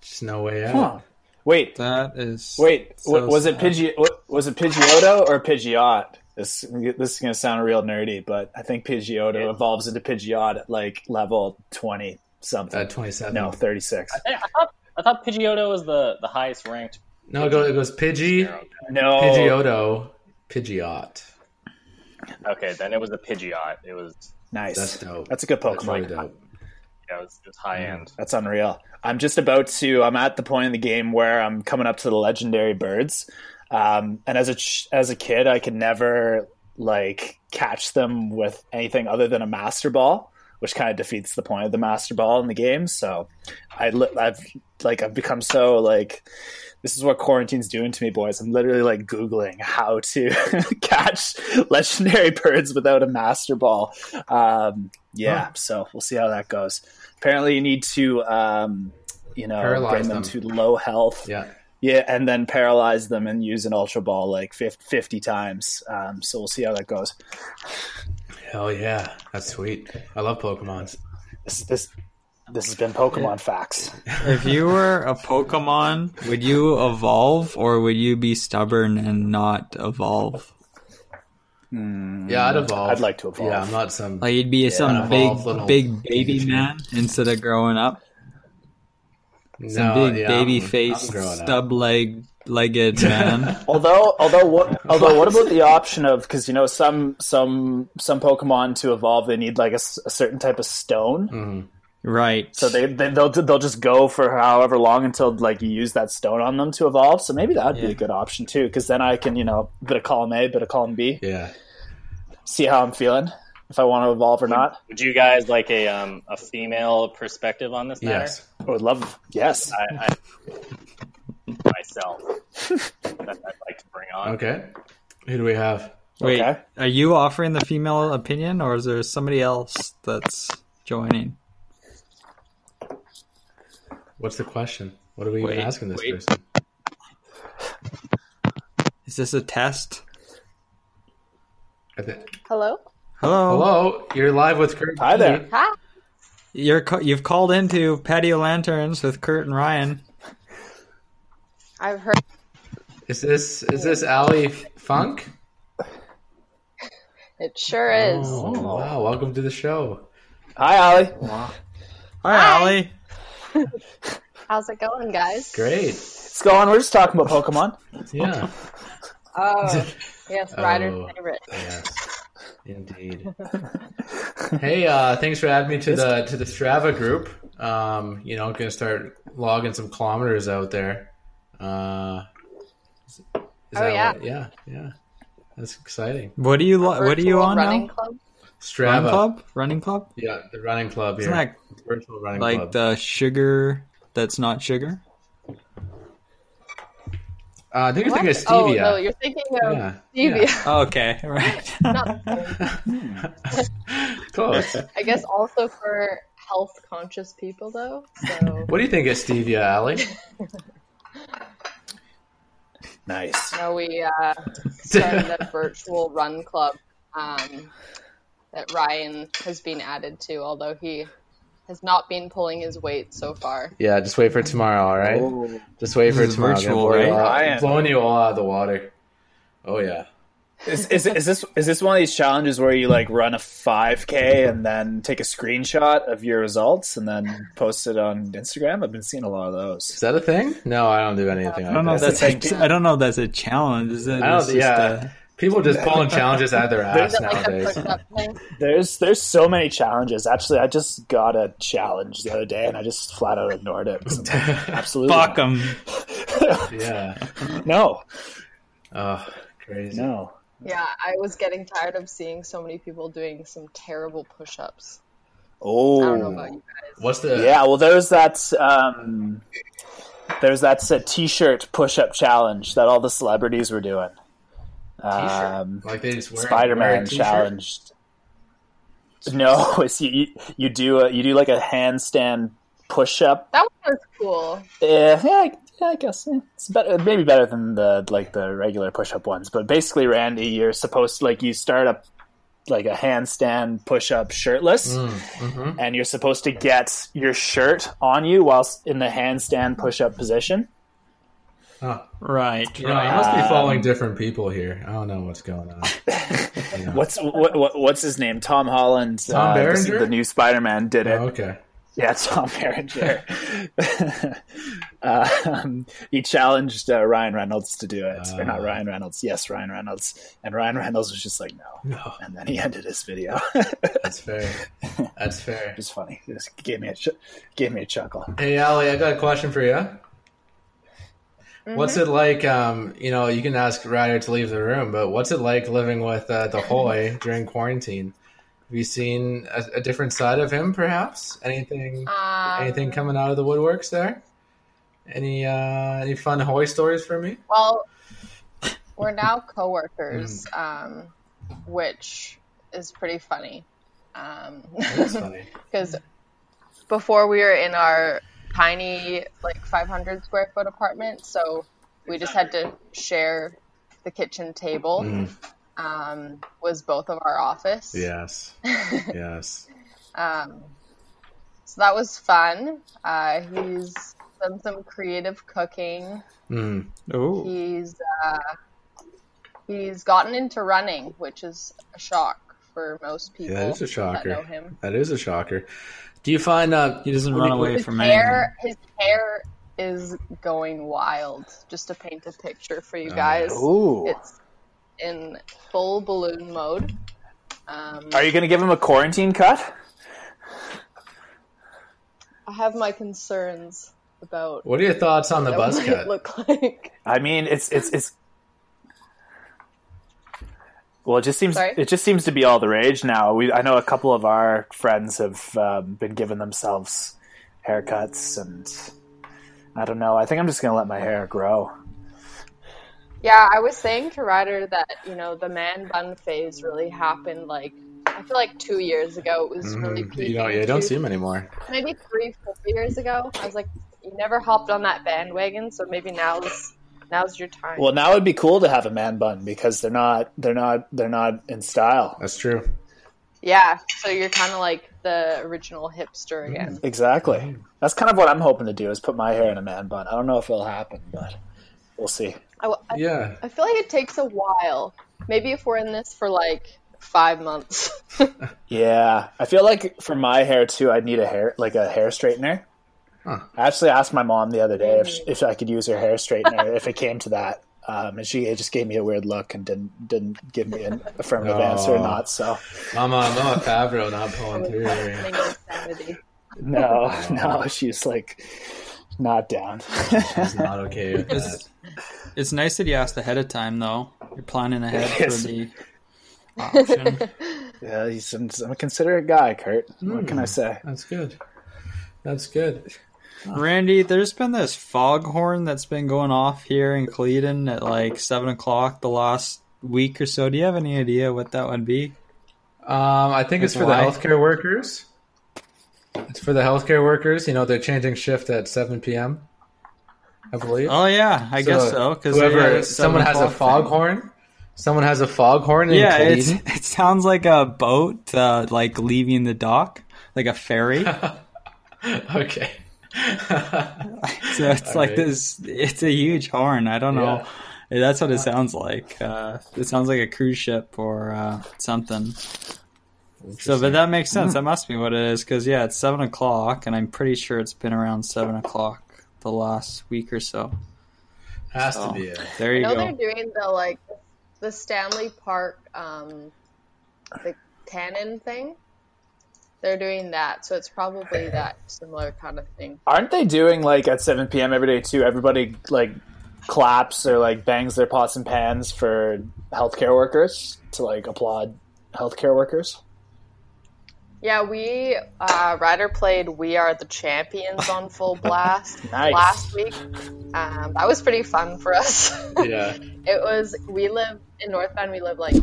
D: Just no way out.
F: Huh. Wait,
C: That is
F: wait. wa-
C: so
F: was it
C: sad.
F: Pidgey? wa- Was it Pidgeotto or Pidgeot? This this is gonna sound real nerdy, but I think Pidgeotto
E: Yeah.
F: evolves into Pidgeot at like level twenty something.
D: Uh, 27.
F: no, thirty six.
E: I, I thought I thought Pidgeotto was the, the highest ranked.
D: No, it goes, it goes Pidgey,
E: Pidgeotto.
F: No,
D: Pidgeotto, Pidgeot.
E: Okay, then it was a Pidgeot. It was
F: Nice.
D: That's dope.
F: That's a good
D: That's really
F: Pokemon. That's,
D: dope.
E: yeah, it was, it was high
F: Mm.
E: end.
F: unreal. I'm just about to. I'm at the point in the game where I'm coming up to the legendary birds. Um, and as a ch- as a kid, I could never like catch them with anything other than a Master Ball, which kind of defeats the point of the Master Ball in the game. So, I li- I've like I've become so like. This is what quarantine's doing to me, boys. I'm literally like googling how to *laughs* catch legendary birds without a master ball. Um, yeah, so we'll see how that goes. Apparently, you need to, um, you know,
D: Paralyze
F: bring them,
D: them.
F: to low health.
D: Yeah.
F: Yeah, and then paralyze them and use an ultra ball like fif- 50 times. Um, so we'll see how that goes.
D: Hell yeah. That's sweet. I love Pokemon.
F: This this this has been Pokemon facts.
C: If you were a Pokemon, would you evolve or would you be stubborn and not evolve?
D: Yeah, I'd evolve.
F: Mm, I'd like to evolve.
D: Yeah, I'm not some.
C: Like you'd be some
D: evolve
C: big
D: little-
C: big baby man instead of growing up. Some
D: no,
C: big
D: yeah,
C: baby
D: I'm-
C: faced
D: I'm growing up.
C: stub leg
D: *laughs*
C: legged man.
F: Although, although, what, although, what about the option of because you know some some some Pokemon to evolve they need like a, s- a certain type of stone,
D: Mm.
C: right.
F: so they, they they'll they'll just go for however long until like you use that stone on them to evolve. So maybe that would be a good option too, because then I can you know bit of column A, bit of column B,
D: Yeah.
F: see how I'm feeling if I want to evolve or not.
E: Would you guys like a um, a female perspective on this matter?
D: Yes.
F: I would love yes.
E: I, I myself *laughs* that I'd like to bring on.
D: Okay. Who do we have?
C: Wait,
F: Okay.
C: are you offering the female opinion or is there somebody else that's joining?
D: What's the question? What are we
C: Wait,
D: even asking this
C: wait.
D: person?
C: Is this a test?
D: I think-
H: Hello?
C: Hello.
D: Hello, you're live with Kurt.
F: Hi there.
H: Hi.
C: You're ca- you've called into Patio Lanterns with Kurt and Ryan.
H: I've heard
D: Is this is this Ali Funk?
H: it sure is.
D: Oh, wow! Welcome to the show.
F: Hi, Ollie.
C: Hi,
H: Hi.
C: Ollie.
H: How's it going, guys?
D: Great.
F: It's going. We're just talking about Pokemon.
D: Yeah. *laughs*
H: Oh, yes, Ryder's
D: Oh.
H: favorite.
D: Yes. Indeed.
C: *laughs*
D: hey, uh, thanks for adding me to the to the Strava group. Um, you know, gonna start logging some kilometers out there. Uh, is- is
H: Oh,
D: that
H: yeah.
D: what- yeah, yeah. That's exciting.
C: What are you lo- What are you
H: Virtual
C: on
H: running
C: now?
H: club.
D: Strava,
C: Run club? Running club?
D: yeah, the running club here,
C: Isn't that
D: virtual running
C: like
D: club.
C: the sugar that's not sugar?
D: uh, I think you're
H: What?
D: thinking of
H: Oh
D: stevia.
H: no, you're thinking of
D: Yeah,
H: stevia.
C: Oh, Okay, *laughs* right.
H: *laughs*
C: *laughs*
D: *laughs*
H: Not-
D: Close.
H: I guess also for health conscious people though. So
D: what do you think of stevia, Allie?
F: Nice.
H: now we uh, started
D: *laughs*
H: a virtual run club um, that Ryan has been added to, although he has not been pulling his weight so far.
D: Yeah, just wait for tomorrow. All right,
F: Oh,
D: just wait
C: This
D: for
C: is
D: tomorrow.
C: virtual,
D: Blow you
C: right?
D: all-
F: Ryan.
D: Blowing you all out of the water. Oh yeah.
F: Is, is, is this is this one of these challenges where you like run a 5k and then take a screenshot of your results and then post it on Instagram? I've been seeing a lot of
D: Is
F: those.
D: that a thing? No, I don't do anything
C: I
D: like
C: don't know.
D: that.
C: If
F: That's
C: that's
F: the
C: a,
F: thing.
C: I don't know. If that's a challenge. Is it?
D: I don't-
C: it's just uh,
D: yeah. People
C: *laughs*
D: just pulling challenges out of their ass
H: Is it like a
D: nowadays.
H: push up thing?
F: There's there's so many challenges. Actually, I just got a challenge the other day and I just flat out ignored it. 'cause I'm *laughs* like,
C: a-
F: Absolutely.
C: fuck them.
D: yeah.
F: No,
D: Oh, crazy.
F: no.
H: Yeah, I was getting tired of seeing so many people doing some terrible push ups.
F: Oh.
H: I don't know about you.
D: What's the?
F: Yeah, well, there's that um, there's that uh, t-shirt push-up challenge that all the celebrities were doing. Um,
D: Like they just wear wear a
F: Spider-Man
D: t-shirt?
F: challenged. No, *laughs* it's you, you. You do a you do like a handstand push-up.
H: That one was cool.
F: Eh, yeah, I, yeah, I guess yeah. it's better, maybe better than the like the regular push-up ones. But basically, Randy, you're supposed to like you start up like a handstand push-up shirtless
D: Mm, mhm.
F: and you're supposed to get your shirt on you whilst in the handstand push-up position.
D: Oh,
C: Right.
D: you know, I must
C: uh,
D: be following different people here. I don't know what's going
F: *laughs*
D: on.
F: What's what, what, what's his name? Tom Holland, uh,
D: Tom
F: the-
D: Berenger?
F: the, new Spider-Man, did it.
D: Oh, okay.
F: Yeah, Tom Berenger. um, he challenged uh, Ryan Reynolds to do it, or not
D: Uh.
F: Ryan Reynolds? Yes, Ryan Reynolds. And Ryan Reynolds was just like, no.
D: No,
F: And then he ended his video. *laughs*
D: that's fair. That's fair.
F: It's funny. It just gave me a ch- gave me a chuckle.
D: Hey, Ali, I got a question for you.
H: Mm-hmm.
D: What's it like? Um, you know, you can ask Ryder to leave the room, but what's it like living with uh,
H: *laughs*
D: the Hoy during quarantine? Have you seen a, a different side of him, perhaps? Anything?
H: Um,
D: Anything coming out of the woodworks there? Any uh, any fun Hoy stories for
H: *coughs*
D: me?
H: Well, we're now coworkers, um, which is pretty funny.
D: That's
H: *laughs* Because
D: funny.
H: before we were in our tiny, like 500 square foot apartment, so we just had to share the kitchen table.
D: Mm.
H: Um, was both of our office.
D: Yes, yes.
H: Um, so that was fun. Uh, he's done some creative cooking.
D: Mm.
C: Oh,
H: He's uh, he's gotten into running, which is a shock for most people.
D: Yeah, that is a shocker.
H: That know him.
D: That is a shocker. Do you find uh,
C: he doesn't run away
H: His
C: from anything.
H: hair, his hair is going wild. Just to paint a picture for you guys,
F: Ooh.
H: it's in full balloon mode. Um,
F: Are you going to give him a quarantine cut?
H: I have my concerns about
D: what are your thoughts on the
H: *laughs* what
D: buzz
H: it
D: cut?
H: might look like.
F: I mean, it's it's it's. Well, it just seems
H: Sorry?
F: it just seems to be all the rage now. We I know a couple of our friends have um, been giving themselves haircuts, and I don't know. I think I'm just gonna let my hair grow.
H: Yeah, I was saying to Ryder that, you know, the man bun phase really happened like I feel like two years ago it was really
D: Mm,
H: peaking.
D: you know, you don't
H: Two-
D: see him anymore.
H: maybe three, four years ago. I was like, you never hopped on that bandwagon, so maybe now's now's your time.
F: Well, now it'd be cool to have a man bun because they're not they're not they're not in style.
D: That's true.
H: yeah, so you're kind of like the original
D: Mm-hmm.
H: hipster again.
F: Exactly. That's kind of what I'm hoping to do is put my hair in a man bun. I don't know if it'll happen, but we'll see.
H: I, I-
D: Yeah.
H: I feel like it takes a while. Maybe if we're in this for like five months.
F: Yeah, I feel like for my hair too, I'd need a hair like a hair straightener.
D: Huh.
F: I actually asked my mom the other day if if I could use her hair straightener if it came to that. um, and she just gave me a weird look and didn't didn't give me an affirmative
D: Oh.
F: answer or not. So
D: Mama, Mama Favreau uh, not pulling through.
H: I *laughs*
D: here.
H: mean, insanity.
F: no, *laughs* no, she's like not down. *laughs*
D: She's not okay with that.
C: It's, it's nice that you asked ahead of time, though. You're planning ahead
F: Yes.
C: for the option.
F: yeah, he's Hmm. I'm, a considerate guy, Kurt. What can I say?
D: That's good. That's good.
C: Randy, there's been this foghorn that's been going off here in Clevedon at like seven o'clock the last week or so. Do you have any idea what that would be?
D: Um, I think it's for
C: Why?
D: the healthcare workers. It's for the healthcare workers. You know, they're changing shift at 7 p.m. I believe.
C: Oh yeah, I guess so. Because
D: whoever someone has a foghorn, someone has a foghorn. In
C: Yeah, it's,
D: Cleveland.
C: it sounds like a boat uh, like leaving the dock, like a
D: *laughs*
C: ferry. *laughs*
D: okay. *laughs*
C: So it's like
D: Alright.
C: this. It's a huge horn. I don't know. That's what it sounds like. Uh, it sounds like a cruise ship or uh, something. So, but that makes
D: Hmm.
C: sense. That must be what it is, because yeah, it's seven o'clock, and I'm pretty sure it's been around seven o'clock the last week or so.
D: Has
C: So,
D: to be it.
C: There
H: I
C: you
H: know
C: go.
H: they're doing the like the Stanley Park, um, the cannon thing. They're doing that, so
C: *laughs*
H: it's probably that similar kind of thing.
F: Aren't they doing like at 7 p.m. every day too? Everybody like claps or like bangs their pots and pans for healthcare workers to like applaud healthcare workers.
H: Yeah, we uh, Ryder played "We Are the Champions" on
C: *laughs*
H: full blast
F: Nice.
H: last week. Um, that was pretty fun for us. *laughs*
C: Oh.
D: Yeah.
H: It was we live in North Bend. We live like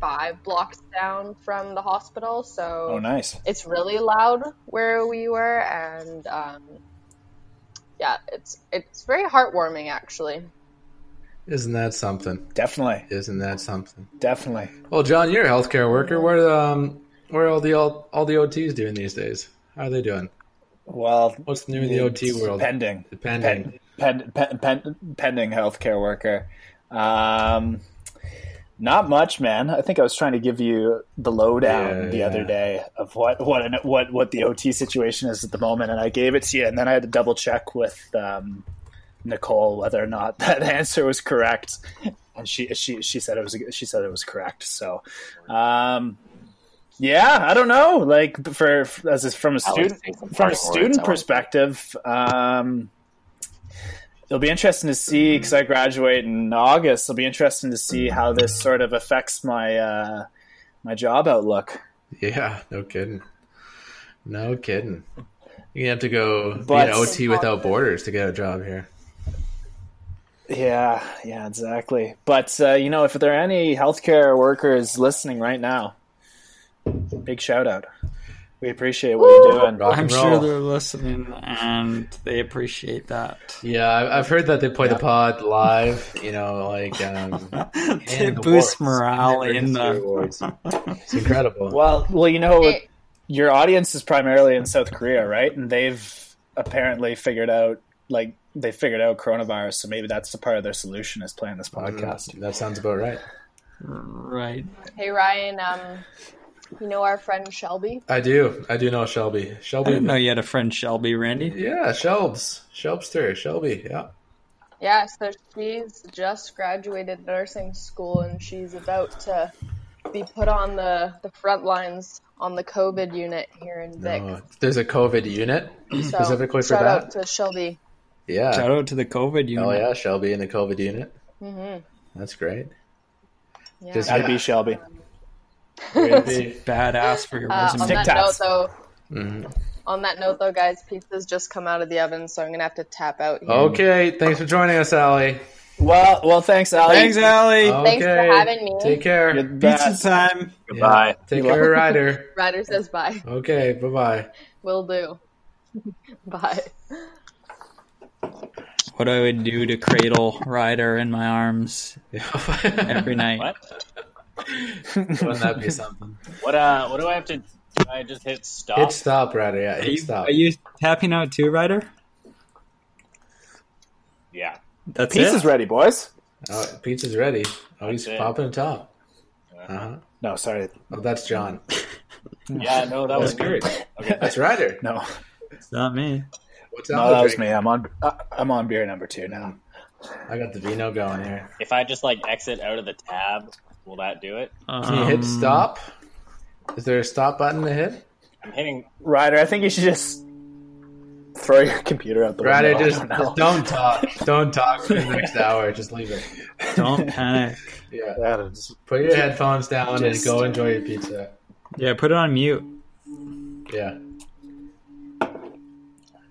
H: five blocks down from the hospital, so
F: Oh, nice.
H: it's really loud where we were, and um, yeah, it's it's very heartwarming actually.
D: Isn't that something?
F: Definitely,
D: Isn't that something?
F: definitely.
D: Well, John, you're a healthcare worker. What are the, um, what are all the all, all the OTs doing these days? How are they doing?
F: Well,
D: What's new in the OT
F: it's
D: world?
F: Pending,
D: Depending.
F: pen, pen, pen, pen, pending healthcare worker. Um, not much, man. I think I was trying to give you the lowdown
D: Yeah,
F: the
D: yeah.
F: other day of what what an- what what the OT situation is at the moment, and I gave it to you, and then I had to double check with um, Nicole whether or not *laughs* that answer was correct, and she she she said it was she said it was correct. So, um, yeah, I don't know. Like for as a, from a
E: I always
F: student
E: say some
F: from a
E: funny words.
F: student
E: I always-
F: perspective, um, it'll be interesting to see because I graduate in August. It'll be interesting to see how this sort of affects my uh, my job outlook.
D: Yeah, no kidding. No kidding. You have to go
F: But-
D: be an OT without borders to get a job here.
F: Yeah, yeah, exactly. But uh, you know, if there are any healthcare workers listening right now, big shout out. We appreciate what you're doing.
D: Rock
C: I'm
D: and
C: sure
D: roll.
C: they're listening, and they appreciate
D: *laughs*
C: that.
D: Yeah, I- I've heard that they play the pod live. You know, like um,
C: it
D: and the
C: boosts
D: awards.
C: morale
D: And
C: in
D: the
C: the.
D: awards. It's incredible.
F: Well, well, you know,
H: It-
F: your audience is primarily in South Korea, right? And they've apparently figured out like they figured out coronavirus, so maybe that's the part of their solution is playing this
D: Mm.
F: podcast.
D: That sounds about right.
C: Right.
H: Hey Ryan, um, you know our friend Shelby.
D: I do. I do know Shelby.
C: I *laughs* didn't know
D: Shelby.
C: you had a friend, Shelby, Randy.
D: Yeah, Shelbs. Shelbster. Shelby. Yeah.
H: Yeah, so she's just graduated nursing school and she's about to be put on the, the front lines on the COVID unit here in Vic.
D: Oh, there's a COVID unit.
H: so
D: specifically for
H: shout
D: that?
H: out to Shelby.
D: Yeah.
C: Shout out to the COVID unit.
D: Oh yeah, Shelby in the COVID unit. That's great.
H: Yeah.
D: Just-
F: I'd be Shelby.
D: *laughs* Way to be.
C: Badass for your
H: Uh, on
C: resume.
H: that note
F: TikToks.
H: though,
D: Mhm.
H: on that note though, guys, pizza's just come out of the oven, so I'm gonna have to tap out
D: Oh,
H: here.
D: Okay, thanks for joining us, Allie.
F: Well, well, thanks, Ali.
C: Thanks, Allie.
H: Thanks for
D: Okay,
H: having me.
D: Take care.
F: You're the
C: Pizza
F: best.
C: time.
E: Goodbye.
D: Yeah, Take care, Ryder.
H: Ryder says bye.
D: Okay, bye bye.
H: Will do. *laughs* bye.
C: What I would do to cradle Ryder in my arms every night.
E: What?
D: *laughs* Wouldn't that be something?
E: What? Uh, what do I have to? Do I just hit stop.
D: Hit stop, Ryder. Yeah,
C: Are
D: hit
C: you,
D: stop.
C: are you tapping out too, Ryder?
E: Yeah.
C: That's
F: Pizza's
C: it.
F: ready, boys.
D: Oh, pizza's ready. Oh, he's
E: That's it.
D: popping the top. Uh huh.
F: No, sorry,
D: Oh, that's John.
E: Yeah. No, that was
D: That's
E: good.
D: great. That's Ryder.
F: *laughs* no,
C: It's not me.
D: What's
F: no,
D: Al
F: that was
D: drink?
F: uh, me. I'm on. I- I'm on beer number two now.
D: I got the vino going here.
E: If I just like exit out of the tab, will that do it?
D: Can you
C: Um,
D: hit stop? Is there a stop button to hit?
E: I'm hitting.
F: Ryder, I think you should just throw your computer out the
D: Ryder,
F: window. I *laughs*
D: just
F: don't
D: don't,
F: know.
D: talk. Don't talk for the next hour. Just leave it.
C: Don't
D: *laughs*
C: panic.
D: Yeah.
F: Yeah, just-
D: Put your headphones down
F: Just-
D: and go enjoy your pizza.
C: Yeah, put it on mute.
D: Yeah.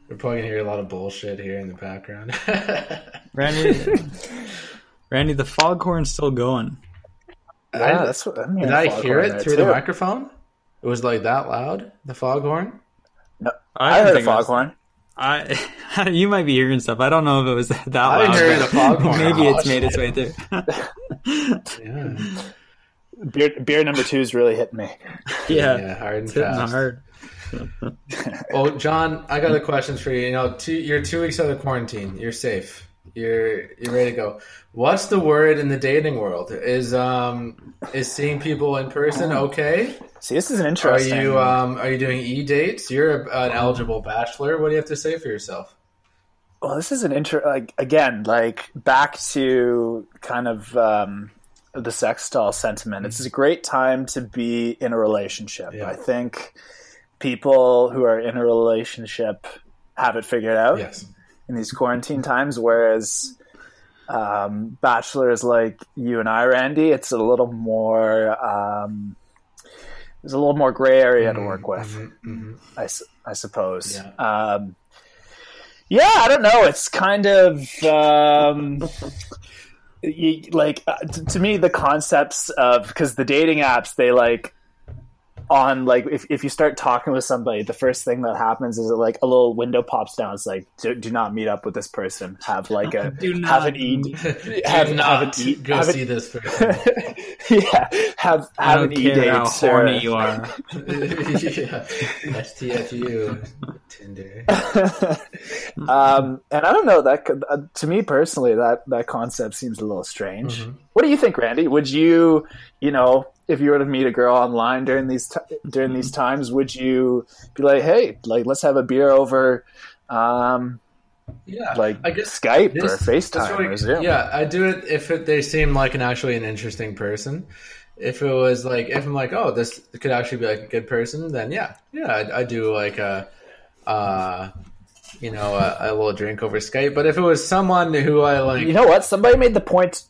D: We're probably gonna hear a lot of bullshit here in the background. *laughs*
C: *laughs* Randy, Randy, the foghorn's still going.
F: yeah, that's what I'm
D: Did
F: hearing
D: I
F: foghorn
D: hear
F: there,
D: it through
F: too.
D: the microphone? It was like that loud. The foghorn.
F: I,
C: don't
F: heard a
C: think that's-
F: foghorn.
C: I, *laughs* you might be hearing stuff. I don't know if it was *laughs* that
D: I *laughs*
C: loud.
D: heard
C: but
D: a
C: *laughs*
D: foghorn.
C: Maybe
D: Oh, *laughs*
C: it's made its way through. *laughs*
D: Yeah.
F: Beer, beer number two's really hitting me.
C: yeah,
D: Yeah. Hard and
C: it's hitting
D: fast.
C: hard.
D: Well, Oh, John, I got a question for you. You know, two, you're two weeks out of quarantine. You're safe. You're you're ready to go. What's the word in the dating world? Is um is seeing people in person okay?
F: See, this is an
D: Are
F: Oh. interesting.
D: you um are you doing e dates? You're a, an eligible bachelor. What do you have to say for yourself?
F: well, this is an inter. Like again, like back to kind of um, the sex doll sentiment. It's a great time to be in a relationship.
D: Mm-hmm. Yeah.
F: I think people who are in a relationship have it figured out.
D: Yes.
F: in these quarantine times. Whereas um, Bachelor is like you and I, Randy. It's a little more. Um, there's a little more gray area to
D: Mm-hmm.
F: work with, I, s- I suppose. Um, yeah, I don't know. It's kind of um, you, like uh, t- to me the concepts of because the dating apps they like on like if, if you start talking with somebody the first thing that happens is that, like a little window pops down it's like do, do not meet up with this person have
C: *laughs*
F: like a have an e have,
D: Do
F: have
D: not
F: an e
D: mm-hmm. go
F: have
D: see
F: an,
D: this person.
F: *laughs*
D: *laughs*
F: yeah have
C: I
F: have
C: don't
F: an e date
C: care how
F: or-
C: horny you are. *laughs*
D: yeah. STFU Tinder.
F: *laughs* um, and I don't know that could, uh, to me personally that that concept seems a little strange.
D: Mm-hmm.
F: What do you think, Randy? Would you, you know, if you were to meet a girl online during these t- during these
D: Mm-hmm.
F: times, would you be like, hey, like let's have a beer over, um,
D: Yeah.
F: like
D: I guess
F: Skype
D: This-
F: or
D: that's
F: FaceTime
D: what I-
F: or Zoom?
D: Yeah, I do it if it, they seem like an actually an interesting person. If it was like, if I'm like, oh, this could actually be like a good person, then yeah, yeah, I, I do like a, uh, you know, a, a little drink over Skype. But if it was someone who I like,
F: You know what? Somebody made the point.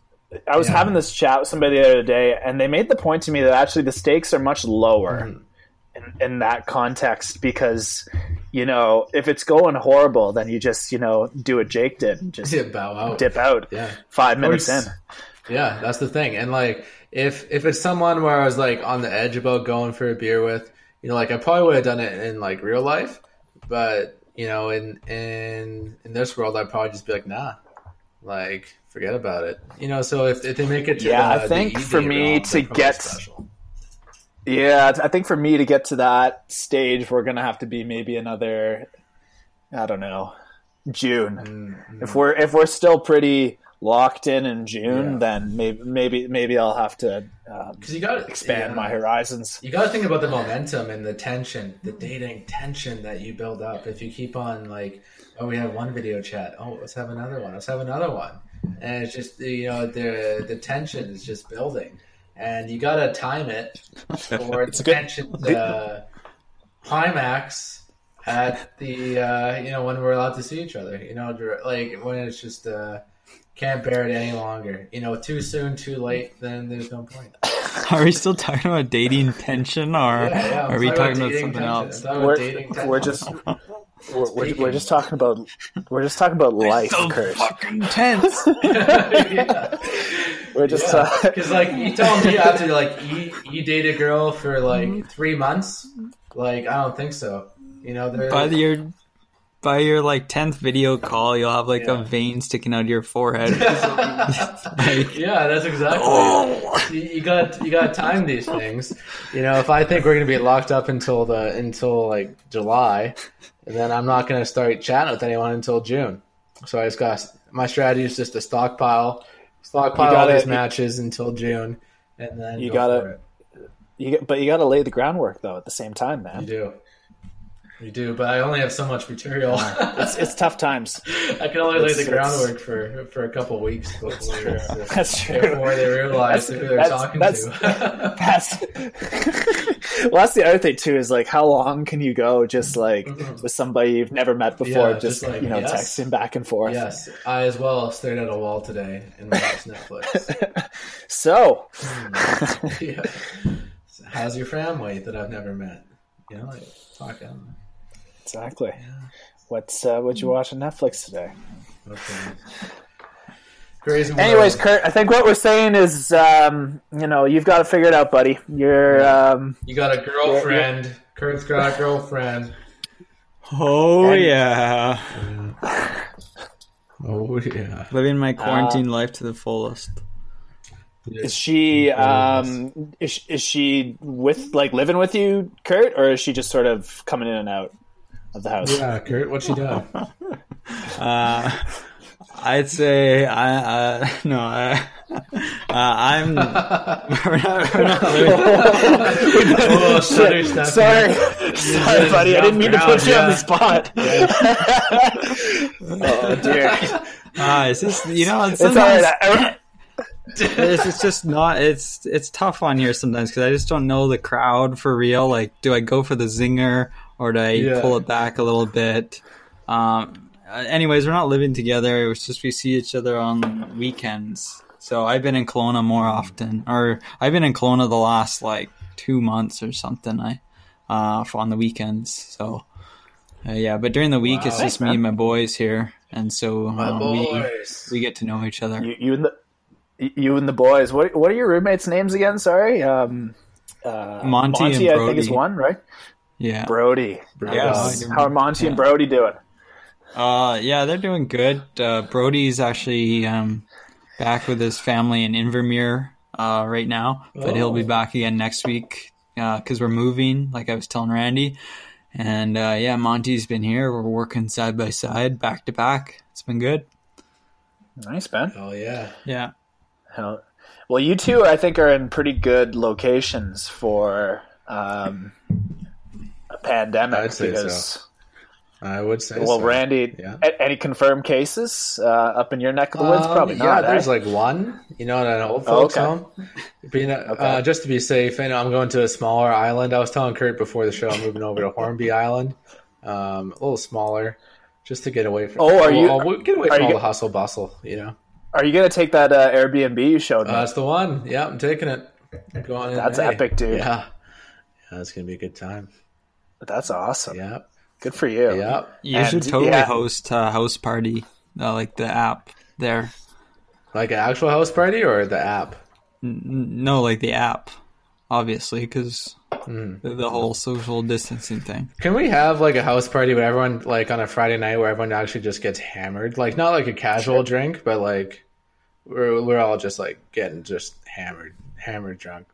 F: I was
D: Yeah.
F: having this chat with somebody the other day, and they made the point to me that actually the stakes are much lower
D: Mm-hmm.
F: in, in that context because, you know, if it's going horrible, then you just, you know, do what Jake did and just
D: yeah, bow out,
F: dip out
D: yeah,
F: five minutes in.
D: s- yeah, that's the thing. And like, if if it's someone where I was like on the edge about going for a beer with, you know, like I probably would have done it in like real life, but you know, in in in this world, I'd probably just be like, nah, like forget about it. You know, so if, if they make it to
F: Yeah,
D: the- the
F: I think
D: ED
F: for me
D: realm,
F: to
D: they're probably
F: get-
D: special.
F: Yeah, I think for me to get to that stage, we're going to have to be maybe another, I don't know, June.
D: Mm-hmm.
F: If we're if we're still pretty locked in in June,
D: Yeah.
F: then maybe maybe maybe I'll have to um,
D: 'Cause you got to
F: expand my horizons.
D: You got to think about the momentum and the tension, the dating tension that you build up. If you keep on like, oh, we have one video chat. Oh, let's have another one. Let's have another one. And it's just you know the the tension is just building, and you got to time it for the
F: good-
D: tension uh, climax at the uh, you know when we're allowed to see each other. You know, dir- like when it's just uh, can't bear it any longer. You know, too soon, too late. Then there's no point.
C: Are we still talking about dating tension, or
D: Yeah, yeah, I'm
C: are we
D: sorry
C: talking about
D: dating
C: something
D: tension.
C: else?
D: I'm sorry about
F: We're,
D: dating tension.
F: we're just we're, we're, we're just talking about we're just talking about life, Kurt.
C: fucking tense.
D: *laughs*
F: *laughs* We're just uh, *laughs*
D: because like you told me after like you you date a girl for like three months, like I don't think so. You know, they're,
C: *laughs* by the- your by your like tenth video call, you'll have like a vein sticking out of your forehead. Like,
D: *laughs* yeah, that's exactly. You, you got you got to time these things. You know, if I think we're gonna be locked up until the until like July, then I'm not gonna start chatting with anyone until June. So I just got my strategy is just to stockpile stockpile all
F: gotta-
D: these matches until June, and then
F: You
D: go
F: gotta-
D: for it.
F: you, get- but you got to lay the groundwork though at the same time,
D: you
F: man.
D: do. We do, but I only have so much material.
F: It's it's tough times.
D: *laughs*
F: *laughs*
D: I can only lay
F: It's-
D: the groundwork for for a couple weeks before,
F: That's true.
D: before they realize
F: That's-
D: who they're
F: that's-
D: talking
F: that's-
D: to.
F: *laughs*
D: *laughs*
F: That's *laughs* well, that's the other thing too is like how long can you go just like with somebody you've never met before,
D: Mm-hmm. Yeah,
F: just,
D: just like,
F: you know
D: yes.
F: texting back and forth.
D: yes, I as well stared at a wall today and
F: *laughs*
D: watched Netflix.
F: So
D: yeah. So How's your family that I've never met? You know, like talk. I don't know.
F: exactly, what's uh, what you
D: Mm.
F: watch on Netflix today?
D: Okay. Crazy. world.
F: Anyways, Kurt, I think what we're saying is, um, you know, you've got to figure it out, buddy. You're um,
D: you got a girlfriend. Kurt's got a girlfriend.
C: Oh
F: And-
C: yeah,
D: Oh yeah.
C: living my quarantine life to the fullest.
F: is she um, is, she- is she with like living with you, Kurt, or is she just sort of coming in and out of the house?
D: Yeah, Kurt, what you
F: *laughs*
D: doing?
C: Uh, I'd say I *laughs* uh, no, I, uh, I'm. *laughs* we're not, we're not
F: *laughs*
C: living-
D: oh, sorry,
F: Sorry, sorry, buddy. I didn't mean to put you on the spot. *laughs* oh dear,
C: uh, it's just you know. It's
F: it's all
C: sometimes-
F: right. I-
C: it's, it's just not it's it's tough on here sometimes because i just don't know the crowd for real like do i go for the zinger or do i
D: Yeah.
C: pull it back a little bit um uh, anyways we're not living together it was just we see each other on weekends so i've been in Kelowna more often or i've been in Kelowna the last like two months or something i uh for- on the weekends so uh, yeah but during the week it's
D: Wow.
C: just me and my boys here and so
D: My
C: uh, we,
D: boys.
C: we get to know each other
F: you, you and the you and the boys. What what are your roommates' names again? Sorry, um, uh,
C: Monty and
F: I think is
C: Brody.
F: one, right?
C: yeah
F: Brody.
C: Yes.
F: How are Monty and Brody doing?
C: Uh, yeah, they're doing good. Uh, Brody's actually um, back with his family in Invermere uh, right now, but he'll be back again next week because we're moving, like I was telling Randy. And uh, yeah, Monty's been here. We're working side by side, back to back. It's been good.
F: Nice, Ben.
D: Oh yeah.
C: Yeah.
F: Hell- Well, you two, I think, are in pretty good locations for um, a pandemic
D: I'd say
F: because.
D: so. I would say.
F: Well,
D: so.
F: Randy,
D: Yeah.
F: a- any confirmed cases uh, up in your neck of the woods?
D: Um,
F: Probably
D: yeah,
F: not. eh?
D: there's like one, you know, at an old folks
F: Oh, okay.
D: home. Being, uh, just to be safe, and I'm going to a smaller island. I was telling Kurt before the show, I'm moving over to Hornby Island, um, a little smaller, just to get away from.
F: Oh,
D: well,
F: are you-
D: well, we'll get away
F: are
D: from
F: you
D: all
F: go-
D: the hustle bustle? You know,
F: Are you gonna take that uh, Airbnb you showed me?
D: Uh, that's the one. Yeah, I'm taking it. I'm going in
F: That's
D: May.
F: epic, dude.
D: Yeah, yeah, it's gonna be a good time.
F: That's awesome.
D: Yeah,
F: Good for you.
D: yeah.
C: You
F: And,
C: should totally
F: yeah.
C: host a house party, uh, like the app there.
D: Like an actual house party or the app?
C: N- No, like the app, obviously, because the, the whole social distancing thing.
D: Can we have like a house party where everyone like on a Friday night where everyone actually just gets hammered? Like not like a casual drink, but like we're we're all just like getting just hammered, hammered drunk.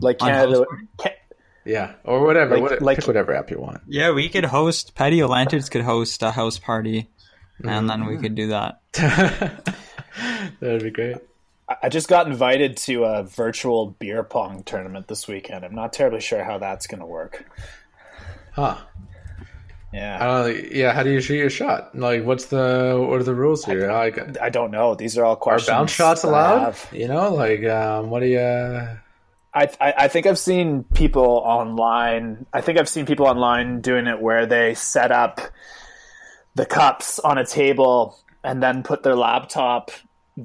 F: Like
C: On
F: Canada,
C: house
F: Ca-
D: Yeah, or whatever.
F: Like-
D: what,
F: like-
D: pick whatever app you *laughs* want.
C: Yeah, we could host Patio Lanterns could host a house party, and then we could do that.
D: That'd be great.
F: I- I just got invited to a virtual beer pong tournament this weekend. I'm not terribly sure how that's gonna work.
D: Huh? I
F: Yeah,
D: don't. know, like, Yeah. How do you shoot your shot? Like, what's the what are the rules here? Like,
F: I don't know. These are all
D: are
F: questions.
D: bounce shots
F: that I
D: allowed?
F: have.
D: You know, like, um, what do you?
F: I, I I think I've seen people online. I think I've seen people online doing it where they set up the cups on a table and then put their laptop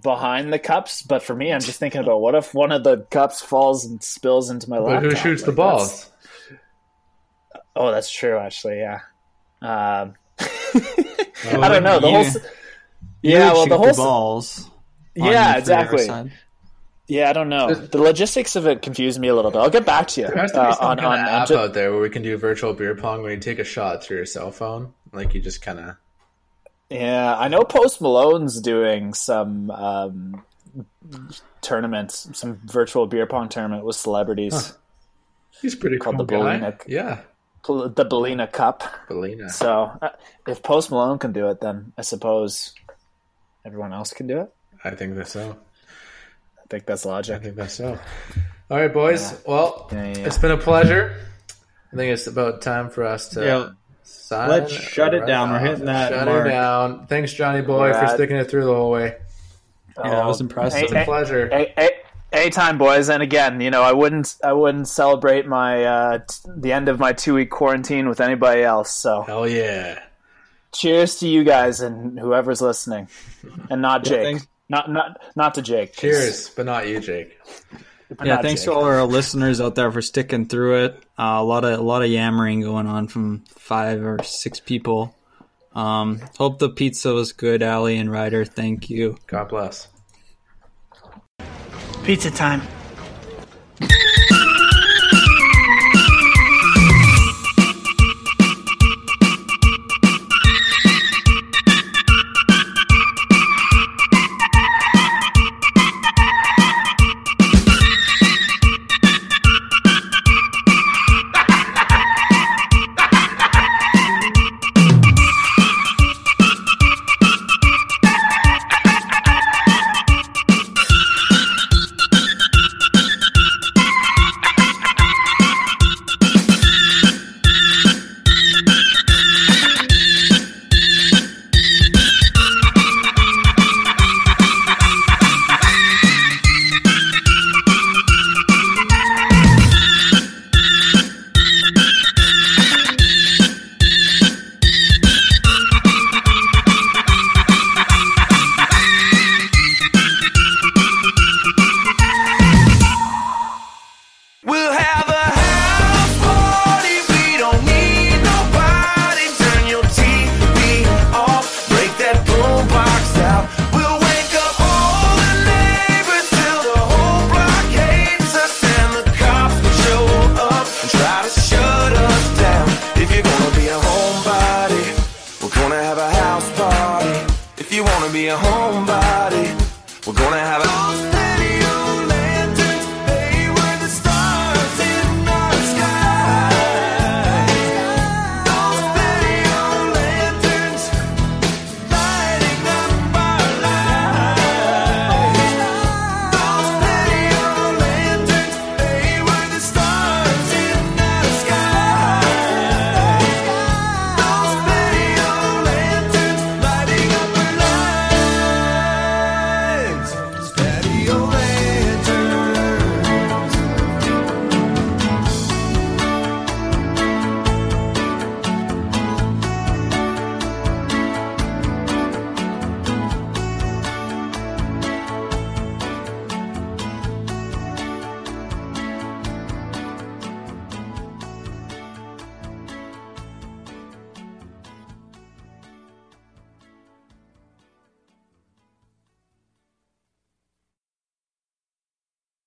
F: behind the cups. But for me, I'm just thinking about what if one of the cups falls and spills into my
D: But
F: laptop?
D: who shoots the
F: Like, that's-
D: balls?
F: Oh, that's true. Actually, yeah. Um, I don't know. The whole. s- Yeah, well, the whole. s-
C: balls.
F: yeah, exactly. Yeah, I don't know. The logistics of it confused me a little bit. I'll get back to you
D: There has to be
F: uh,
D: some
F: on
D: kind
F: on.
D: of
F: on
D: app
F: ju-
D: out there where we can do virtual beer pong where you take a shot through your cell phone. Like you just kind of
F: yeah, I know Post Malone's doing some um, tournaments, some virtual beer pong tournament with celebrities,
D: he's pretty
F: Called
D: cool
F: the
D: guy.
F: Bolina.
D: Yeah,
F: Pl- the Belina Cup.
D: Belina.
F: So uh, if Post Malone can do it, then I suppose everyone else can do it.
D: I think that's so.
F: I think that's
D: I
F: logic.
D: think that's so. All right, boys. Well,
F: Yeah, yeah, yeah.
D: it's been a pleasure. I think it's about time for us to.
C: Yeah.
D: sign
C: Let's shut it down. We're hitting that
D: Shut
C: mark.
D: it down. Thanks, Johnny boy, for
F: Brad.
D: sticking it through the whole way.
C: Yeah, that was
F: Um,
C: impressive.
D: It's a pleasure.
F: A- a- Anytime, boys, and again, you know, I wouldn't, I wouldn't celebrate my uh, t- the end of my two week quarantine with anybody else. So,
D: Hell yeah.
F: cheers to you guys and whoever's listening, and not Jake,
C: thanks.
F: not not not to Jake.
D: Cheers, but not you, Jake.
F: But
C: Yeah,
F: not
C: thanks
F: Jake.
C: to all our listeners out there for sticking through it. Uh, a lot of a lot of yammering going on from five or six people. Um, hope the pizza was good, Allie and Ryder. Thank you.
D: God bless.
I: Pizza time.
A: We'll have a house party. We don't need nobody. Turn your TV off. Break that boombox out. We'll wake up all the neighbors till the whole block hates us and the cops will show up and try to shut us down. If you're gonna be a homebody, we're gonna have a house party. If you wanna be a homebody, we're gonna have a